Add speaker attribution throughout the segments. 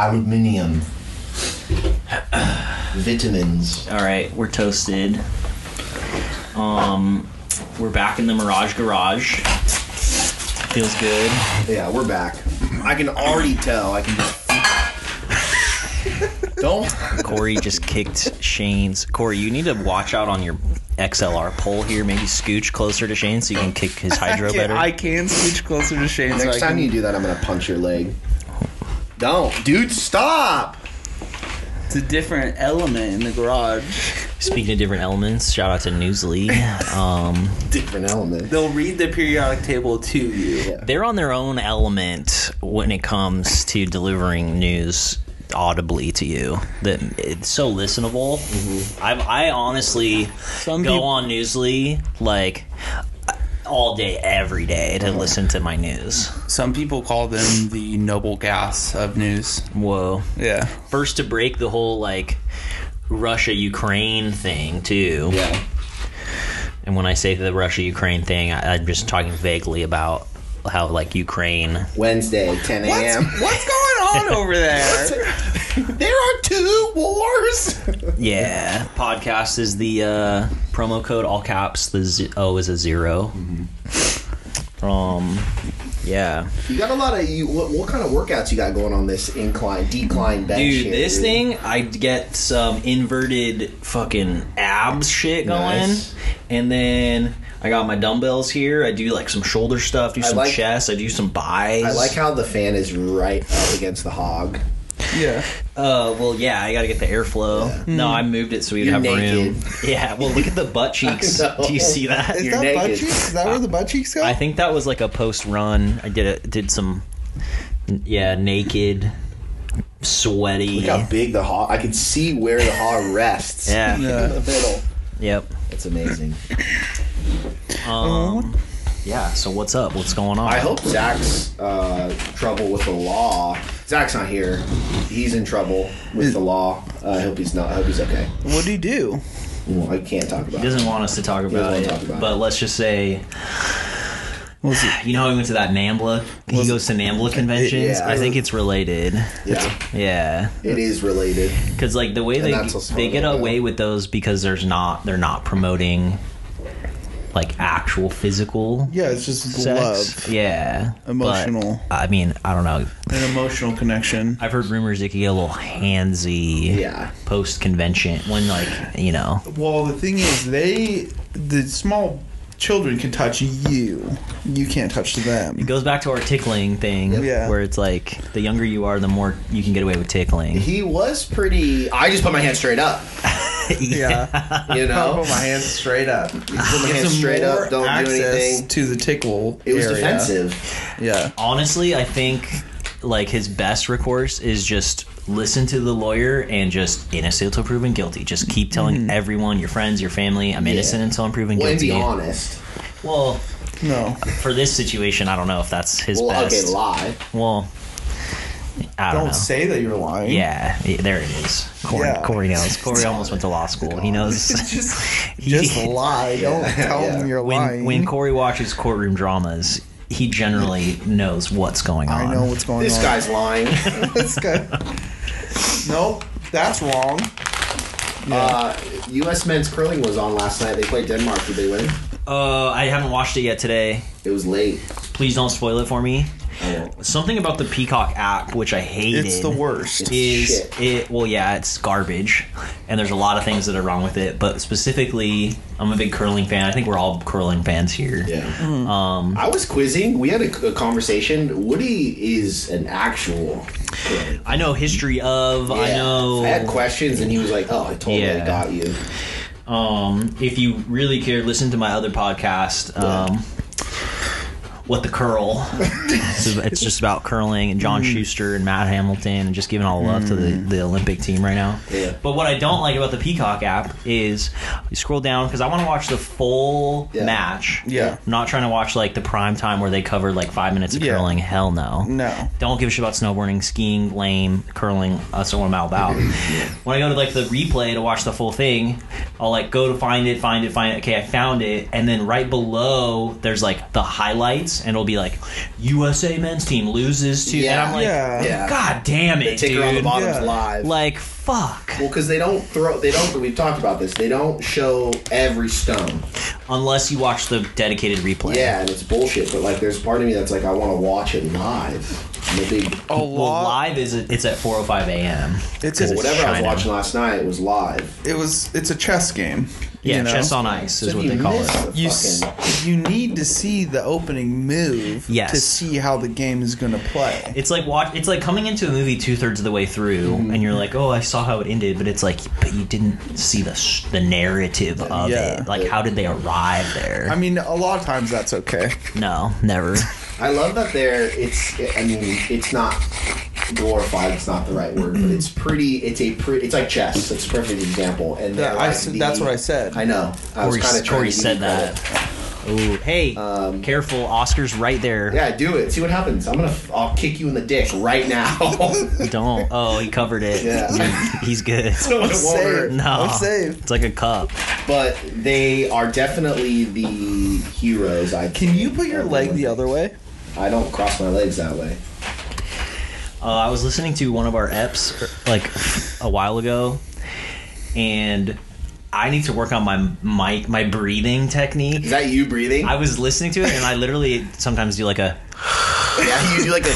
Speaker 1: aluminium, vitamins.
Speaker 2: All right, we're toasted. Um, we're back in the Mirage Garage. Feels good.
Speaker 1: Yeah, we're back. I can already tell. I can just. Don't.
Speaker 2: Corey just kicked Shane's. Corey, you need to watch out on your XLR pole here. Maybe scooch closer to Shane so you can kick his hydro
Speaker 3: Yeah,
Speaker 2: better.
Speaker 3: I can scooch closer to Shane. so I
Speaker 1: Next time
Speaker 3: can-
Speaker 1: you do that, I'm gonna punch your leg. Don't, dude. Stop.
Speaker 3: it's a different element in the garage.
Speaker 2: Speaking of different elements, shout out to Newsly. Um,
Speaker 1: Different element.
Speaker 3: They'll read the periodic table to you.
Speaker 2: they're on their own element when it comes to delivering news audibly to you. That it's so listenable. I've, I honestly
Speaker 3: Some
Speaker 2: go
Speaker 3: peop-
Speaker 2: on Newsly like all day, every day to listen to my news.
Speaker 3: Some people call them the noble gas of news.
Speaker 2: Whoa.
Speaker 3: Yeah.
Speaker 2: first to break the whole like Russia Ukraine thing too.
Speaker 1: Yeah.
Speaker 2: And when I say the Russia Ukraine thing, I, I'm just talking vaguely about how like Ukraine.
Speaker 1: Wednesday, 10
Speaker 3: What's,
Speaker 1: a.m.
Speaker 3: what's going on over there?
Speaker 1: There are two wars.
Speaker 2: Yeah, podcast is the uh, promo code all caps. The z- O is a 0 Um, Mm-hmm. yeah,
Speaker 1: You got a lot of you. What, what kind of workouts you got going on this incline, decline bench?
Speaker 2: dude,
Speaker 1: here,
Speaker 2: this thing I get some inverted fucking abs shit going,
Speaker 1: Nice.
Speaker 2: and then. I got my dumbbells here. I do like some shoulder stuff, do some
Speaker 1: like-
Speaker 2: chest, I do some buys.
Speaker 1: I like how the fan is right up against the hog.
Speaker 3: yeah.
Speaker 2: Uh, well, yeah, I gotta get the airflow. No, I moved it so we'd
Speaker 1: You're
Speaker 2: have
Speaker 1: naked.
Speaker 2: room. Yeah, well, look at the butt cheeks.
Speaker 1: I know.
Speaker 2: Do you see that?
Speaker 1: You're that butt naked. cheeks?
Speaker 3: Is that where the butt cheeks go?
Speaker 2: I think that was like a post run. I did it. Did some, yeah, naked, sweaty.
Speaker 1: Look how big the hog. I can see where the hog rests.
Speaker 2: Yeah.
Speaker 1: in the middle.
Speaker 2: Yep.
Speaker 1: It's amazing.
Speaker 2: Um, yeah. So what's up? What's going on?
Speaker 1: Uh-huh. I hope Zach's uh, trouble with the law. Zach's not here. He's in trouble with the law. Uh, I hope he's not. I hope he's okay.
Speaker 3: What do you do?
Speaker 1: Well, I can't talk about.
Speaker 2: He
Speaker 1: it.
Speaker 2: doesn't want us to talk about
Speaker 1: wanna
Speaker 2: it,
Speaker 1: talk about
Speaker 2: but
Speaker 1: it.
Speaker 2: let's just say,
Speaker 3: Was it?
Speaker 2: you know, how we went to that NAMBLA. He goes to NAMBLA conventions.
Speaker 1: Yeah.
Speaker 2: I think it's related.
Speaker 1: Yeah,
Speaker 2: Yeah.
Speaker 1: it is related.
Speaker 2: because like the way
Speaker 1: And
Speaker 2: they
Speaker 1: that's what's
Speaker 2: they get
Speaker 1: horrible.
Speaker 2: away with those because there's not they're not promoting like actual physical
Speaker 3: Yeah, it's just
Speaker 2: sex.
Speaker 3: love,
Speaker 2: yeah but,
Speaker 3: Emotional.
Speaker 2: i mean i don't know
Speaker 3: an emotional connection.
Speaker 2: i've heard rumors it could get a little handsy
Speaker 1: Yeah.
Speaker 2: post convention when like you know
Speaker 3: Well, the thing is, they the small children can touch you. You can't touch
Speaker 2: it
Speaker 3: them.
Speaker 2: goes back to our tickling thing
Speaker 3: Yeah.
Speaker 2: where it's like the younger you are the more you can get away with tickling
Speaker 1: He was pretty. I just put my hand straight up.
Speaker 3: Yeah,
Speaker 1: You
Speaker 3: I'll
Speaker 1: know,
Speaker 3: put my hands straight up.
Speaker 1: put my hand
Speaker 3: Gives them
Speaker 1: straight
Speaker 3: more
Speaker 1: up. Don't do
Speaker 3: access
Speaker 1: anything.
Speaker 3: to the tickle.
Speaker 1: It was
Speaker 3: area.
Speaker 1: defensive.
Speaker 3: Yeah,
Speaker 2: honestly i think like his best recourse is just listen to the lawyer and just innocent until proven guilty just keep telling everyone your friends your family i'm innocent until i'm proven
Speaker 1: Mm. Well, and
Speaker 2: guilty
Speaker 1: be honest.
Speaker 2: well
Speaker 3: no.
Speaker 2: for this situation i don't know if that's his
Speaker 1: Well,
Speaker 2: best
Speaker 1: okay, lie.
Speaker 2: well i don't,
Speaker 3: Don't
Speaker 2: know
Speaker 3: say that you're lying.
Speaker 2: yeah, yeah, there it is. Corey,
Speaker 3: Yeah.
Speaker 2: Corey knows. Corey almost went to law school. He knows.
Speaker 3: just,
Speaker 2: He-
Speaker 3: just lie. Don't tell
Speaker 1: yeah.
Speaker 3: them you're
Speaker 2: when,
Speaker 3: lying.
Speaker 2: when Corey watches courtroom dramas, he generally knows what's going on.
Speaker 3: I know what's going
Speaker 1: This
Speaker 3: on.
Speaker 1: guy's lying.
Speaker 3: this guy. Nope, that's wrong.
Speaker 1: uh, U.S. men's curling was on last night. They played Denmark. Did they win?
Speaker 2: Uh, I haven't watched it yet today.
Speaker 1: It was late.
Speaker 2: Please don't spoil it for me.
Speaker 1: I won't.
Speaker 2: Something about the Peacock app, which I hated.
Speaker 3: It's the worst.
Speaker 2: Is
Speaker 1: Shit.
Speaker 2: it? Well, yeah, it's garbage, and there's a lot of things that are wrong with it. But specifically, I'm a big curling fan. I think we're all curling fans here.
Speaker 1: Yeah.
Speaker 2: Um,
Speaker 1: I was quizzing. We had a, a conversation. Woody is an actual.
Speaker 2: I know history of. I
Speaker 1: Yeah.
Speaker 2: know.
Speaker 1: I had questions, and he was like, "Oh, I totally
Speaker 2: Yeah.
Speaker 1: got you."
Speaker 2: um, if you really care, listen to my other podcast. Um, What the curl? it's, it's just about curling and John Schuster and Matt Hamilton and just giving all love to the, the Olympic team right now.
Speaker 1: Yeah.
Speaker 2: But what I don't like about the Peacock app is you scroll down because I want to watch the full
Speaker 1: Yeah.
Speaker 2: match. I'm
Speaker 3: Yeah.
Speaker 2: not trying to watch like the prime time where they cover like five minutes of
Speaker 3: Yeah.
Speaker 2: curling. Hell no.
Speaker 3: No.
Speaker 2: Don't give a shit about snowboarding, skiing, lame, curling. That's what I'm all about. when I go to like the replay to watch the full thing, I'll like go to find it, find it, find it. Okay, I found it, and then right below there's like the highlights headlines, and it'll be like USA men's team loses to, and
Speaker 1: Yeah.
Speaker 2: I'm like,
Speaker 3: Yeah.
Speaker 1: Yeah.
Speaker 2: God damn
Speaker 1: The
Speaker 2: it,
Speaker 1: ticker
Speaker 2: dude!
Speaker 1: on the bottom's
Speaker 3: Yeah.
Speaker 1: live.
Speaker 2: Like fuck.
Speaker 1: well, because they don't throw. They don't. We've talked about this. They don't show every stone.
Speaker 2: Unless you watch the dedicated replay.
Speaker 1: Yeah, and it's bullshit. But like, there's a part of me that's like, I want to watch it live. I'm a big.
Speaker 3: A
Speaker 2: Well,
Speaker 3: lot.
Speaker 2: live is it's at 4:05 a.m.
Speaker 3: It's
Speaker 2: Because it's
Speaker 3: a-
Speaker 1: Whatever I was
Speaker 2: China.
Speaker 1: watching last night, it was live.
Speaker 3: It was. It's a chess game.
Speaker 2: Yeah,
Speaker 3: you know?
Speaker 2: chess on ice is
Speaker 1: So
Speaker 2: what
Speaker 1: you
Speaker 2: they call
Speaker 1: missed
Speaker 2: it.
Speaker 1: the
Speaker 3: You s-
Speaker 1: fucking,
Speaker 3: you need to see the opening move
Speaker 2: Yes.
Speaker 3: to see how the game is going to play.
Speaker 2: It's like watch. It's like coming into a movie two thirds of the way through,
Speaker 3: Mm-hmm.
Speaker 2: and you're like, "Oh, I saw how it ended," but it's like, but you didn't see the sh- the narrative of
Speaker 3: Yeah.
Speaker 2: it. Like, how did they arrive there?
Speaker 3: I mean, a lot of times that's okay.
Speaker 2: no, never.
Speaker 1: I love that there. It's. I mean, it's not glorified. It's not the right word, but it's
Speaker 3: Mm-hmm.
Speaker 1: pretty. It's a pretty. It's like chess. That's a perfect example. And
Speaker 3: Yeah,
Speaker 1: they're
Speaker 3: I
Speaker 1: like
Speaker 3: said- that's what I said.
Speaker 1: I know. I was
Speaker 2: Corey,
Speaker 1: kind of trying
Speaker 2: Corey
Speaker 1: to give
Speaker 2: said
Speaker 1: you
Speaker 2: that.
Speaker 1: credit.
Speaker 2: Ooh, hey,
Speaker 3: Um,
Speaker 2: careful! Oscar's right there.
Speaker 1: Yeah, do it. See what happens. I'm gonna. I'll kick you in the dick right now.
Speaker 2: Don't. Oh, he covered it.
Speaker 1: Yeah.
Speaker 2: he's good.
Speaker 1: Don't
Speaker 3: I'm saved.
Speaker 1: worry.
Speaker 2: No,
Speaker 3: I'm saved.
Speaker 2: It's like a cup.
Speaker 1: But they are definitely the heroes. I
Speaker 3: Can you put your leg the other way?
Speaker 1: I don't cross my legs that way.
Speaker 2: Uh, I was listening to one of our eps like a while ago, and I need to work on my mic, my breathing technique.
Speaker 1: Is that you breathing?
Speaker 2: I was listening to it, and I literally sometimes do like a.
Speaker 1: yeah, you do like a.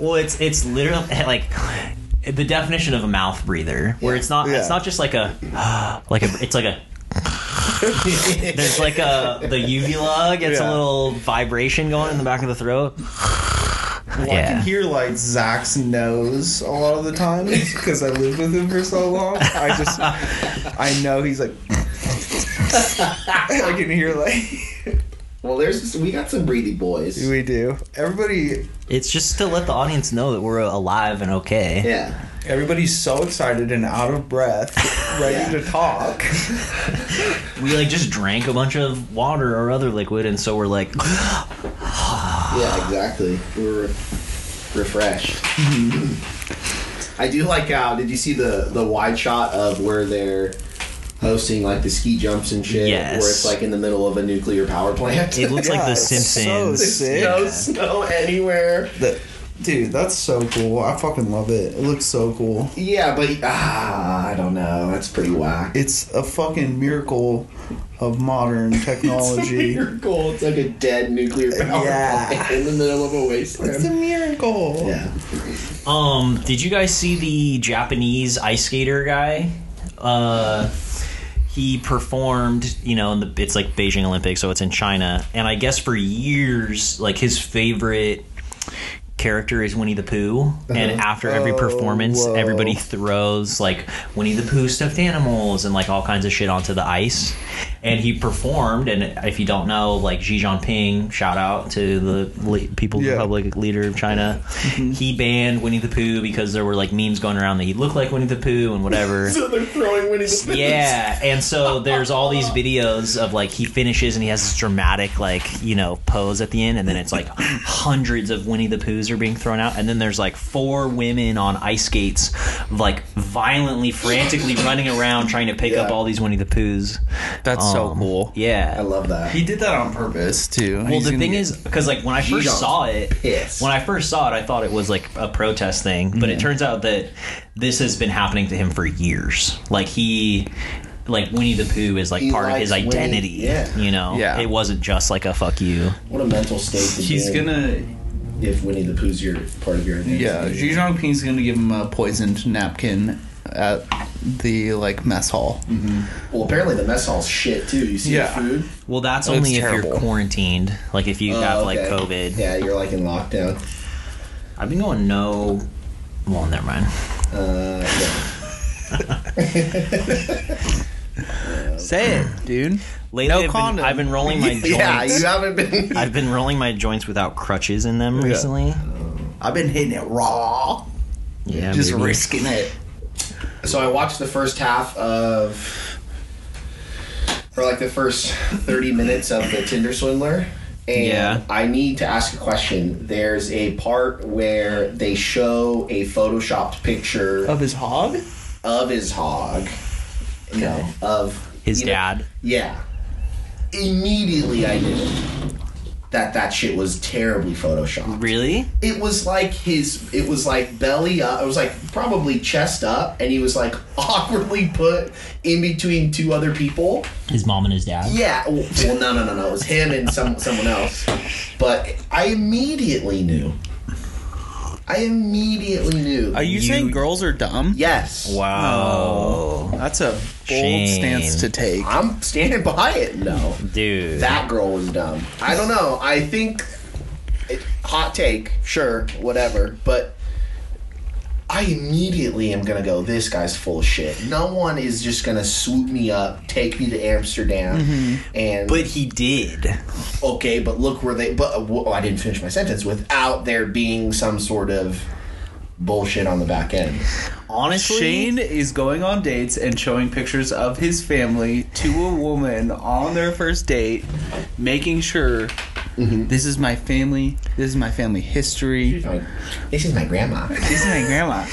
Speaker 2: Well, it's it's literally like the definition of a mouth breather, where it's not
Speaker 3: Yeah.
Speaker 2: it's not just like a like a it's like a. There's like a the uvula gets a
Speaker 3: Yeah.
Speaker 2: little vibration going in the back of the throat.
Speaker 3: Well, I
Speaker 2: Yeah.
Speaker 3: can hear like Zach's nose a lot of the time because I lived with him for so long. I just, I know he's like, I can hear like
Speaker 1: Well, there's we got some breathy boys.
Speaker 3: we do. Everybody,
Speaker 2: It's just to let the audience know that we're alive and okay.
Speaker 1: Yeah.
Speaker 3: everybody's so excited and out of breath, ready
Speaker 1: Yeah.
Speaker 3: to talk.
Speaker 2: We like just drank a bunch of water or other liquid, and so we're like,
Speaker 1: Yeah, exactly. We were refreshed. I do like how. Did you see the the wide shot of where they're hosting like the ski jumps and shit?
Speaker 2: Yes.
Speaker 1: Where it's like in the middle of a nuclear power plant.
Speaker 2: it looks like
Speaker 3: Yeah,
Speaker 2: The
Speaker 3: it's so
Speaker 2: Simpsons.
Speaker 3: sick.
Speaker 1: no snow anywhere.
Speaker 3: That, dude, that's so cool. I fucking love it. It looks so cool.
Speaker 1: Yeah, but ah, I don't know. That's pretty whack.
Speaker 3: It's a fucking miracle of modern
Speaker 2: Oh,
Speaker 3: technology.
Speaker 1: miracle. It's like a dead nuclear power
Speaker 3: Yeah.
Speaker 1: plant in the middle of a
Speaker 3: It's a
Speaker 1: wasteland.
Speaker 3: miracle.
Speaker 1: Yeah.
Speaker 2: Um, did you guys see the Japanese ice skater guy? Uh, he performed, you know, in the it's like Beijing Olympics, so it's in China, and I guess for years, like his favorite character is Winnie the Pooh, and after every
Speaker 3: Oh,
Speaker 2: performance,
Speaker 3: whoa.
Speaker 2: everybody throws like Winnie the Pooh stuffed animals and like all kinds of shit onto the ice. And he performed, and if you don't know, like Xi Jinping, shout out to the le- People's
Speaker 3: Yeah.
Speaker 2: Republic leader of China, he banned Winnie the Pooh because there were like memes going around that he looked like Winnie the Pooh and whatever.
Speaker 1: So they're throwing Winnie the Pooh.
Speaker 2: Yeah, and so there's all these videos of like he finishes and he has this dramatic like you know pose at the end, and then it's like hundreds of Winnie the Poohs are being thrown out, and then there's like four women on ice skates, like violently, frantically running around trying to pick up
Speaker 1: Yeah.
Speaker 2: all these Winnie the Poohs. Um,
Speaker 3: That's so cool.
Speaker 2: Yeah,
Speaker 1: I love that.
Speaker 3: He did that on purpose too.
Speaker 2: well, the thing is, because like when I first
Speaker 1: Gigi's
Speaker 2: saw it,
Speaker 1: pissed.
Speaker 2: when I first saw it, I thought it was like a protest thing, but it turns out that this has been happening to him for years. Like he, like Winnie the Pooh is like
Speaker 1: He
Speaker 2: part of his
Speaker 1: likes Winnie,
Speaker 2: identity.
Speaker 1: yeah.
Speaker 2: You know,
Speaker 3: Yeah.
Speaker 2: it wasn't just like a fuck you.
Speaker 1: What a mental state. To
Speaker 3: he's
Speaker 1: be in
Speaker 3: gonna
Speaker 1: If Winnie the Pooh's your part of your identity.
Speaker 3: yeah. Xi Jinping's gonna give him a poisoned napkin at the like mess hall.
Speaker 1: Well, apparently the mess hall's shit too. You see
Speaker 3: Yeah.
Speaker 1: the food.
Speaker 2: Well, that's
Speaker 3: That's
Speaker 2: only if
Speaker 3: terrible.
Speaker 2: you're quarantined. Like if you have
Speaker 1: Oh,
Speaker 2: like
Speaker 1: okay.
Speaker 2: COVID.
Speaker 1: Yeah, you're like in lockdown.
Speaker 2: I've been going no. Well, never mind.
Speaker 1: Uh, yeah.
Speaker 3: Say it, dude.
Speaker 2: Lately,
Speaker 3: No
Speaker 2: I've, been,
Speaker 3: condom.
Speaker 2: I've been rolling my joints.
Speaker 1: yeah, you haven't been.
Speaker 2: I've been rolling my joints without crutches in them recently.
Speaker 3: I've been hitting it raw,
Speaker 2: Yeah,
Speaker 3: just
Speaker 2: baby.
Speaker 3: risking it.
Speaker 1: So I watched the first half of, or like the first 30 minutes of the Tinder Swindler. And
Speaker 2: Yeah.
Speaker 1: I need to ask a question. There's a part where they show a photoshopped picture of,
Speaker 3: Of his hog?
Speaker 1: his hog. You know, of
Speaker 2: His
Speaker 1: you know-
Speaker 2: dad.
Speaker 1: yeah. immediately I knew that that shit was terribly photoshopped
Speaker 2: Really?
Speaker 1: it was like his it was like belly up it was like probably chest up and he was like awkwardly put in between two other people
Speaker 2: His mom and his dad.
Speaker 1: yeah well well, no no no no it was him and some, someone else but i immediately knew i immediately knew
Speaker 3: Are you,
Speaker 2: You-
Speaker 3: Oh. saying girls are dumb?
Speaker 1: yes
Speaker 2: Wow.
Speaker 3: That's a bold
Speaker 2: Shame.
Speaker 3: stance to take.
Speaker 1: i'm standing by it no
Speaker 2: Dude.
Speaker 1: that girl was dumb i don't know i think it, hot take sure whatever but I immediately am gonna go. This guy's full of shit. No one is just gonna swoop me up, take me to Amsterdam, and
Speaker 2: but he did.
Speaker 1: okay. But look where they. But well, I didn't finish my sentence without there being some sort of bullshit on the back end.
Speaker 2: Honestly.
Speaker 3: Shane is going on dates and showing pictures of his family to a woman on their first date, making sure this is my family, this is my family history,
Speaker 1: Like, this is my grandma.
Speaker 3: this is my grandma.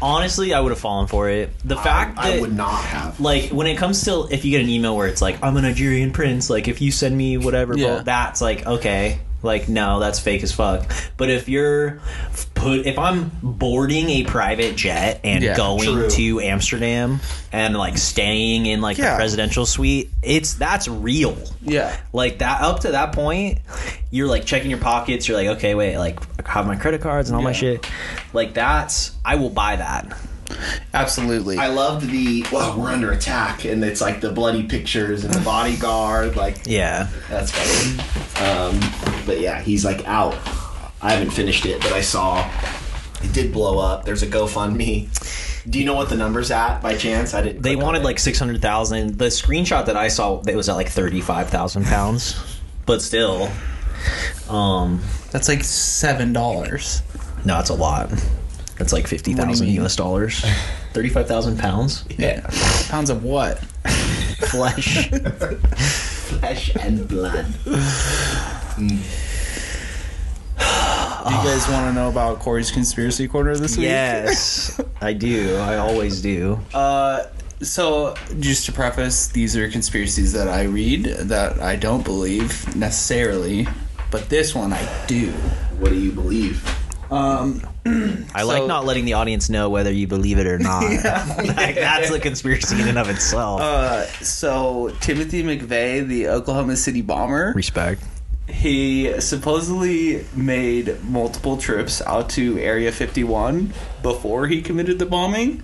Speaker 2: Honestly, I would have fallen for it. The fact
Speaker 1: I,
Speaker 2: that
Speaker 1: I would not have.
Speaker 2: like when it comes to if you get an email where it's like I'm a Nigerian prince, like if you send me whatever,
Speaker 3: Yeah.
Speaker 2: blah, that's like okay, like no, that's fake as fuck. But if you're f- put if I'm boarding a private jet and
Speaker 3: Yeah,
Speaker 2: going
Speaker 1: true.
Speaker 2: to Amsterdam and like staying in like
Speaker 3: Yeah.
Speaker 2: the presidential suite, it's that's real.
Speaker 3: Yeah.
Speaker 2: Like that up to that point, you're like checking your pockets. You're like, okay, wait, like I have my credit cards and all my
Speaker 3: Yeah.
Speaker 2: shit. Like that's I will buy that.
Speaker 3: Absolutely.
Speaker 1: I loved the well, we're under attack, and it's like the bloody pictures and the bodyguard. Like
Speaker 2: Yeah.
Speaker 1: That's funny. Um, but yeah, he's like out. I haven't finished it, but I saw it did blow up. There's a GoFundMe. Do you know what the number's at by chance? I didn't.
Speaker 2: They
Speaker 1: click on
Speaker 2: wanted
Speaker 1: it.
Speaker 2: like six hundred thousand. The screenshot that I saw it was at like thirty five thousand pounds, but still, um,
Speaker 3: That's like seven dollars.
Speaker 2: no, that's a lot. That's like fifty thousand
Speaker 3: mean?
Speaker 2: U.S. dollars, thirty five thousand pounds
Speaker 1: yeah,
Speaker 3: Pounds of what?
Speaker 2: flesh.
Speaker 1: flesh and blood.
Speaker 3: Do you guys want to know about Corey's conspiracy corner this week?
Speaker 2: yes, I do. I always do.
Speaker 3: Uh, so just to preface, these are conspiracies that I read that I don't believe necessarily, but this one I do.
Speaker 1: What do you believe?
Speaker 3: Um,
Speaker 2: I like
Speaker 3: So-
Speaker 2: not letting the audience know whether you believe it or not. like, that's a conspiracy in and of itself.
Speaker 3: uh, so Timothy McVeigh, the Oklahoma City bomber,
Speaker 2: Respect.
Speaker 3: he supposedly made multiple trips out to Area 51 before he committed the bombing.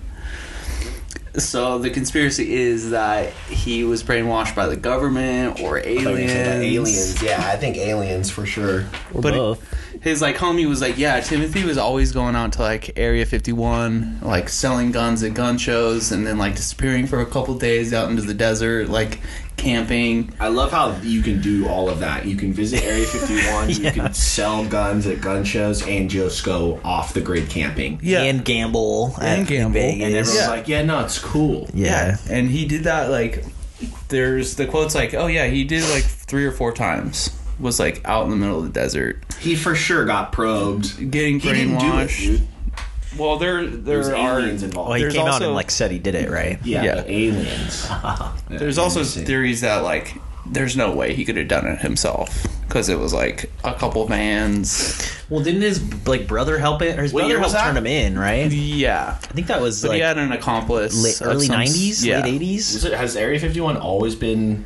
Speaker 3: So the conspiracy is that he was brainwashed by the government or aliens.
Speaker 1: aliens. Yeah, I think aliens for sure.
Speaker 2: Or
Speaker 3: But-
Speaker 2: both.
Speaker 3: his like homie was like, yeah, Timothy was always going out to like Area 51, like selling guns at gun shows, and then like disappearing for a couple days out into the desert, like camping.
Speaker 1: I love how you can do all of that. You can visit Area 51. You can sell guns at gun shows and just go off the grid camping.
Speaker 3: Yeah.
Speaker 2: And gamble.
Speaker 3: And
Speaker 2: at
Speaker 3: gamble.
Speaker 2: Vegas.
Speaker 1: And everyone's
Speaker 3: Yeah.
Speaker 1: like, "Yeah, no, it's cool."
Speaker 2: yeah.
Speaker 3: and he did that like. There's the quotes like, oh yeah, he did like three or four times. Was like out in the middle of the desert,
Speaker 1: He for sure got probed.
Speaker 3: getting
Speaker 1: He didn't do it,
Speaker 3: brainwashed.
Speaker 1: dude.
Speaker 3: well, there
Speaker 1: There's
Speaker 3: there are
Speaker 1: aliens involved.
Speaker 2: Well, he
Speaker 3: There's
Speaker 2: came out
Speaker 3: also-
Speaker 2: and like said he did it, right?
Speaker 1: yeah,
Speaker 3: yeah.
Speaker 1: but aliens. Yeah,
Speaker 3: There's also
Speaker 1: interesting.
Speaker 3: theories that like there's no way he could have done it himself because it was like a couple vans.
Speaker 2: Well, didn't his like brother help it? Or his
Speaker 1: What
Speaker 2: brother
Speaker 1: year
Speaker 2: helped
Speaker 1: was
Speaker 2: turn
Speaker 1: that?
Speaker 2: him in, right?
Speaker 3: Yeah,
Speaker 2: I think that was
Speaker 3: but
Speaker 2: like
Speaker 3: he had an accomplice.
Speaker 2: late,
Speaker 3: of
Speaker 2: early
Speaker 3: some-
Speaker 2: '90s,
Speaker 3: yeah.
Speaker 2: late '80s.
Speaker 1: Is it- has Area 51 always been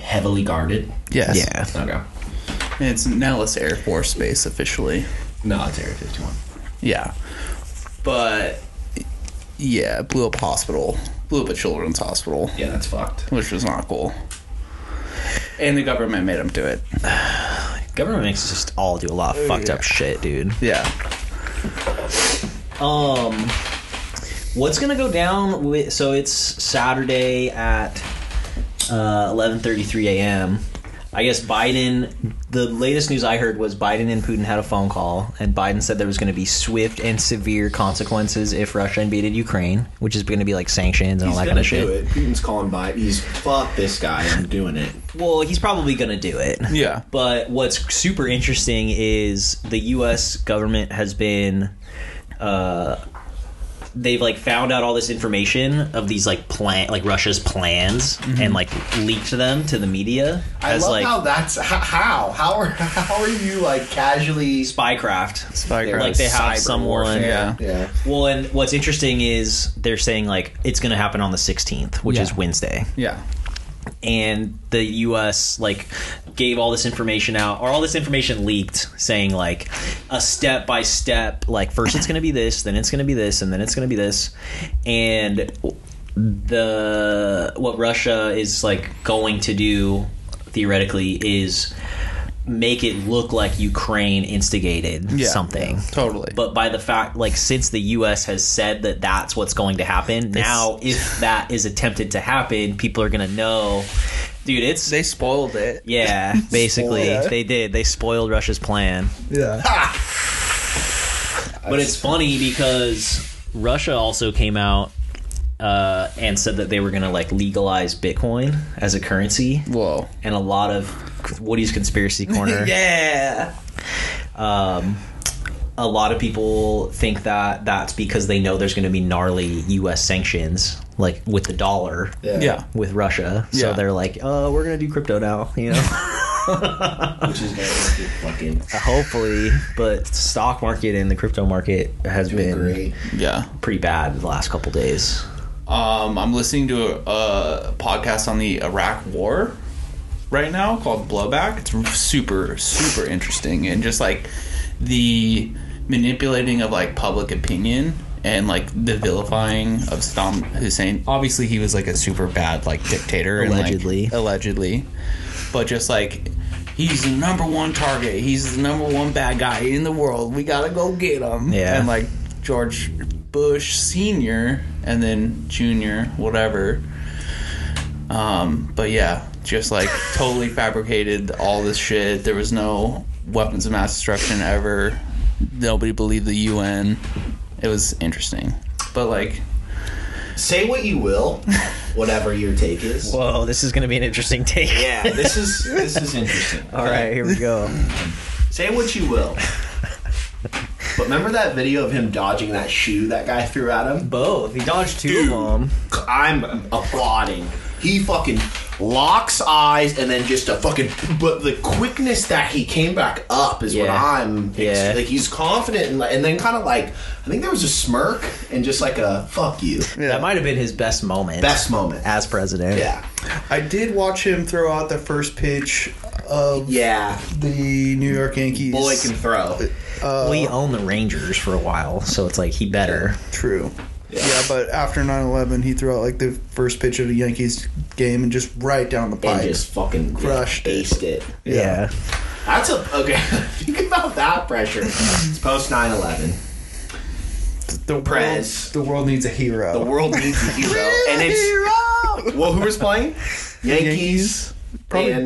Speaker 1: heavily guarded?
Speaker 3: Yes.
Speaker 2: Yeah.
Speaker 1: Okay.
Speaker 3: And it's Nellis Air Force Base officially.
Speaker 1: No, it's Area 51.
Speaker 3: Yeah, but yeah, blew up a hospital, blew up a children's hospital,
Speaker 1: Yeah, that's fucked.
Speaker 3: which was not cool. And the government made him do it.
Speaker 2: Government makes us just all do a lot of fucked up shit, dude.
Speaker 3: Yeah,
Speaker 2: Um, what's gonna go down with? So it's Saturday at uh, 11:33 a.m. I guess Biden. The latest news I heard was Biden and Putin had a phone call, and Biden said there was going to be swift and severe consequences if Russia invaded Ukraine, which is going to be like sanctions and all that kind of shit.
Speaker 1: it. Putin's calling by. He's fuck this guy. I'm doing it.
Speaker 2: Well, he's probably going to do it.
Speaker 3: yeah,
Speaker 2: But what's super interesting is the U.S. government has been uh, they've like found out all this information of these like plan like Russia's plans and like leaked them to the media
Speaker 4: Mm-hmm. I
Speaker 2: as
Speaker 4: love
Speaker 2: like
Speaker 4: how that's h- how how are how are you like casually
Speaker 2: spycraft.
Speaker 3: Spycraft.
Speaker 2: Like they
Speaker 4: Cyber
Speaker 2: have someone.
Speaker 4: warfare.
Speaker 3: Yeah.
Speaker 4: yeah
Speaker 2: Well, and what's interesting is they're saying like it's going to happen on the 16th, which
Speaker 3: Yeah.
Speaker 2: is Wednesday.
Speaker 3: Yeah.
Speaker 2: and the US like gave all this information out or all this information leaked saying like a step by step like first it's going to be this then it's going to be this and then it's going to be this and the what Russia is like going to do theoretically is make it look like Ukraine instigated
Speaker 3: Yeah.
Speaker 2: something
Speaker 3: Totally.
Speaker 2: but by the fact like since the us has said that that's what's going to happen now if that is attempted to happen people are going to know dude it's
Speaker 3: they spoiled it.
Speaker 2: yeah basically
Speaker 3: Spoiled.
Speaker 2: they did they spoiled russia's plan
Speaker 3: Yeah.
Speaker 2: but it's funny because russia also came out uh, and said that they were going to like legalize bitcoin as a currency
Speaker 3: Whoa.
Speaker 2: and a lot of woody's conspiracy corner
Speaker 3: Yeah.
Speaker 2: um, a lot of people think that that's because they know there's going to be gnarly U.S. sanctions, like with the dollar
Speaker 4: yeah,
Speaker 3: Yeah.
Speaker 2: with Russia. So
Speaker 3: Yeah.
Speaker 2: they're like, "Oh, we're going to do crypto now," you know. Uh,
Speaker 4: which is gonna be fucking
Speaker 2: Hopefully, but stock market and the crypto market has been
Speaker 4: great
Speaker 3: Yeah.
Speaker 2: pretty bad the last couple days.
Speaker 3: Um, I'm listening to a, a podcast on the Iraq War right now called Blowback. It's super, super interesting and just like the manipulating of like public opinion and like the vilifying of Saddam Hussein. Obviously, he was like a super bad like dictator. and, like,
Speaker 2: Allegedly.
Speaker 3: allegedly, but just like. He's the number one target. He's the number one bad guy in the world. We gotta go get him.
Speaker 2: Yeah.
Speaker 3: And like George Bush Senior and then Junior, whatever. Um, but yeah, just like totally fabricated all this shit. There was no weapons of mass destruction ever. Nobody believed the UN. It was interesting, but like
Speaker 4: say what you will whatever your take is
Speaker 2: Whoa, this is going to be an interesting take.
Speaker 4: yeah this is this is interesting
Speaker 2: All right, here we go.
Speaker 4: Say what you will. But remember that video of him dodging that shoe that guy threw at him?
Speaker 2: Both. He dodged two of them.
Speaker 4: I'm applauding. He fucking locks eyes and then just a fucking. But the quickness that he came back up is what
Speaker 2: Yeah.
Speaker 4: I'm.
Speaker 2: Yeah.
Speaker 4: Like he's confident and, like- and then kind of like I think there was a smirk and just like a fuck you.
Speaker 2: That might have been his best moment.
Speaker 4: Best moment.
Speaker 2: as president.
Speaker 4: Yeah.
Speaker 5: I did watch him throw out the first pitch of Oh.
Speaker 4: Yeah.
Speaker 5: the New York Yankees.
Speaker 4: Boy can throw.
Speaker 2: we own the Rangers for a while, so it's like he better.
Speaker 5: True. Yeah. but after 9-11, he threw out like the first pitch of the Yankees game and just right down the
Speaker 4: And
Speaker 5: pipe.
Speaker 4: just fucking
Speaker 5: Crushed it.
Speaker 4: aced it.
Speaker 5: Yeah.
Speaker 4: That's a okay. Think about that pressure. It's post 9-11.
Speaker 5: the
Speaker 4: Prez.
Speaker 5: world, the world needs a hero.
Speaker 4: The world needs a hero, and it's well, who was playing? Yankees,
Speaker 5: Probably
Speaker 4: and-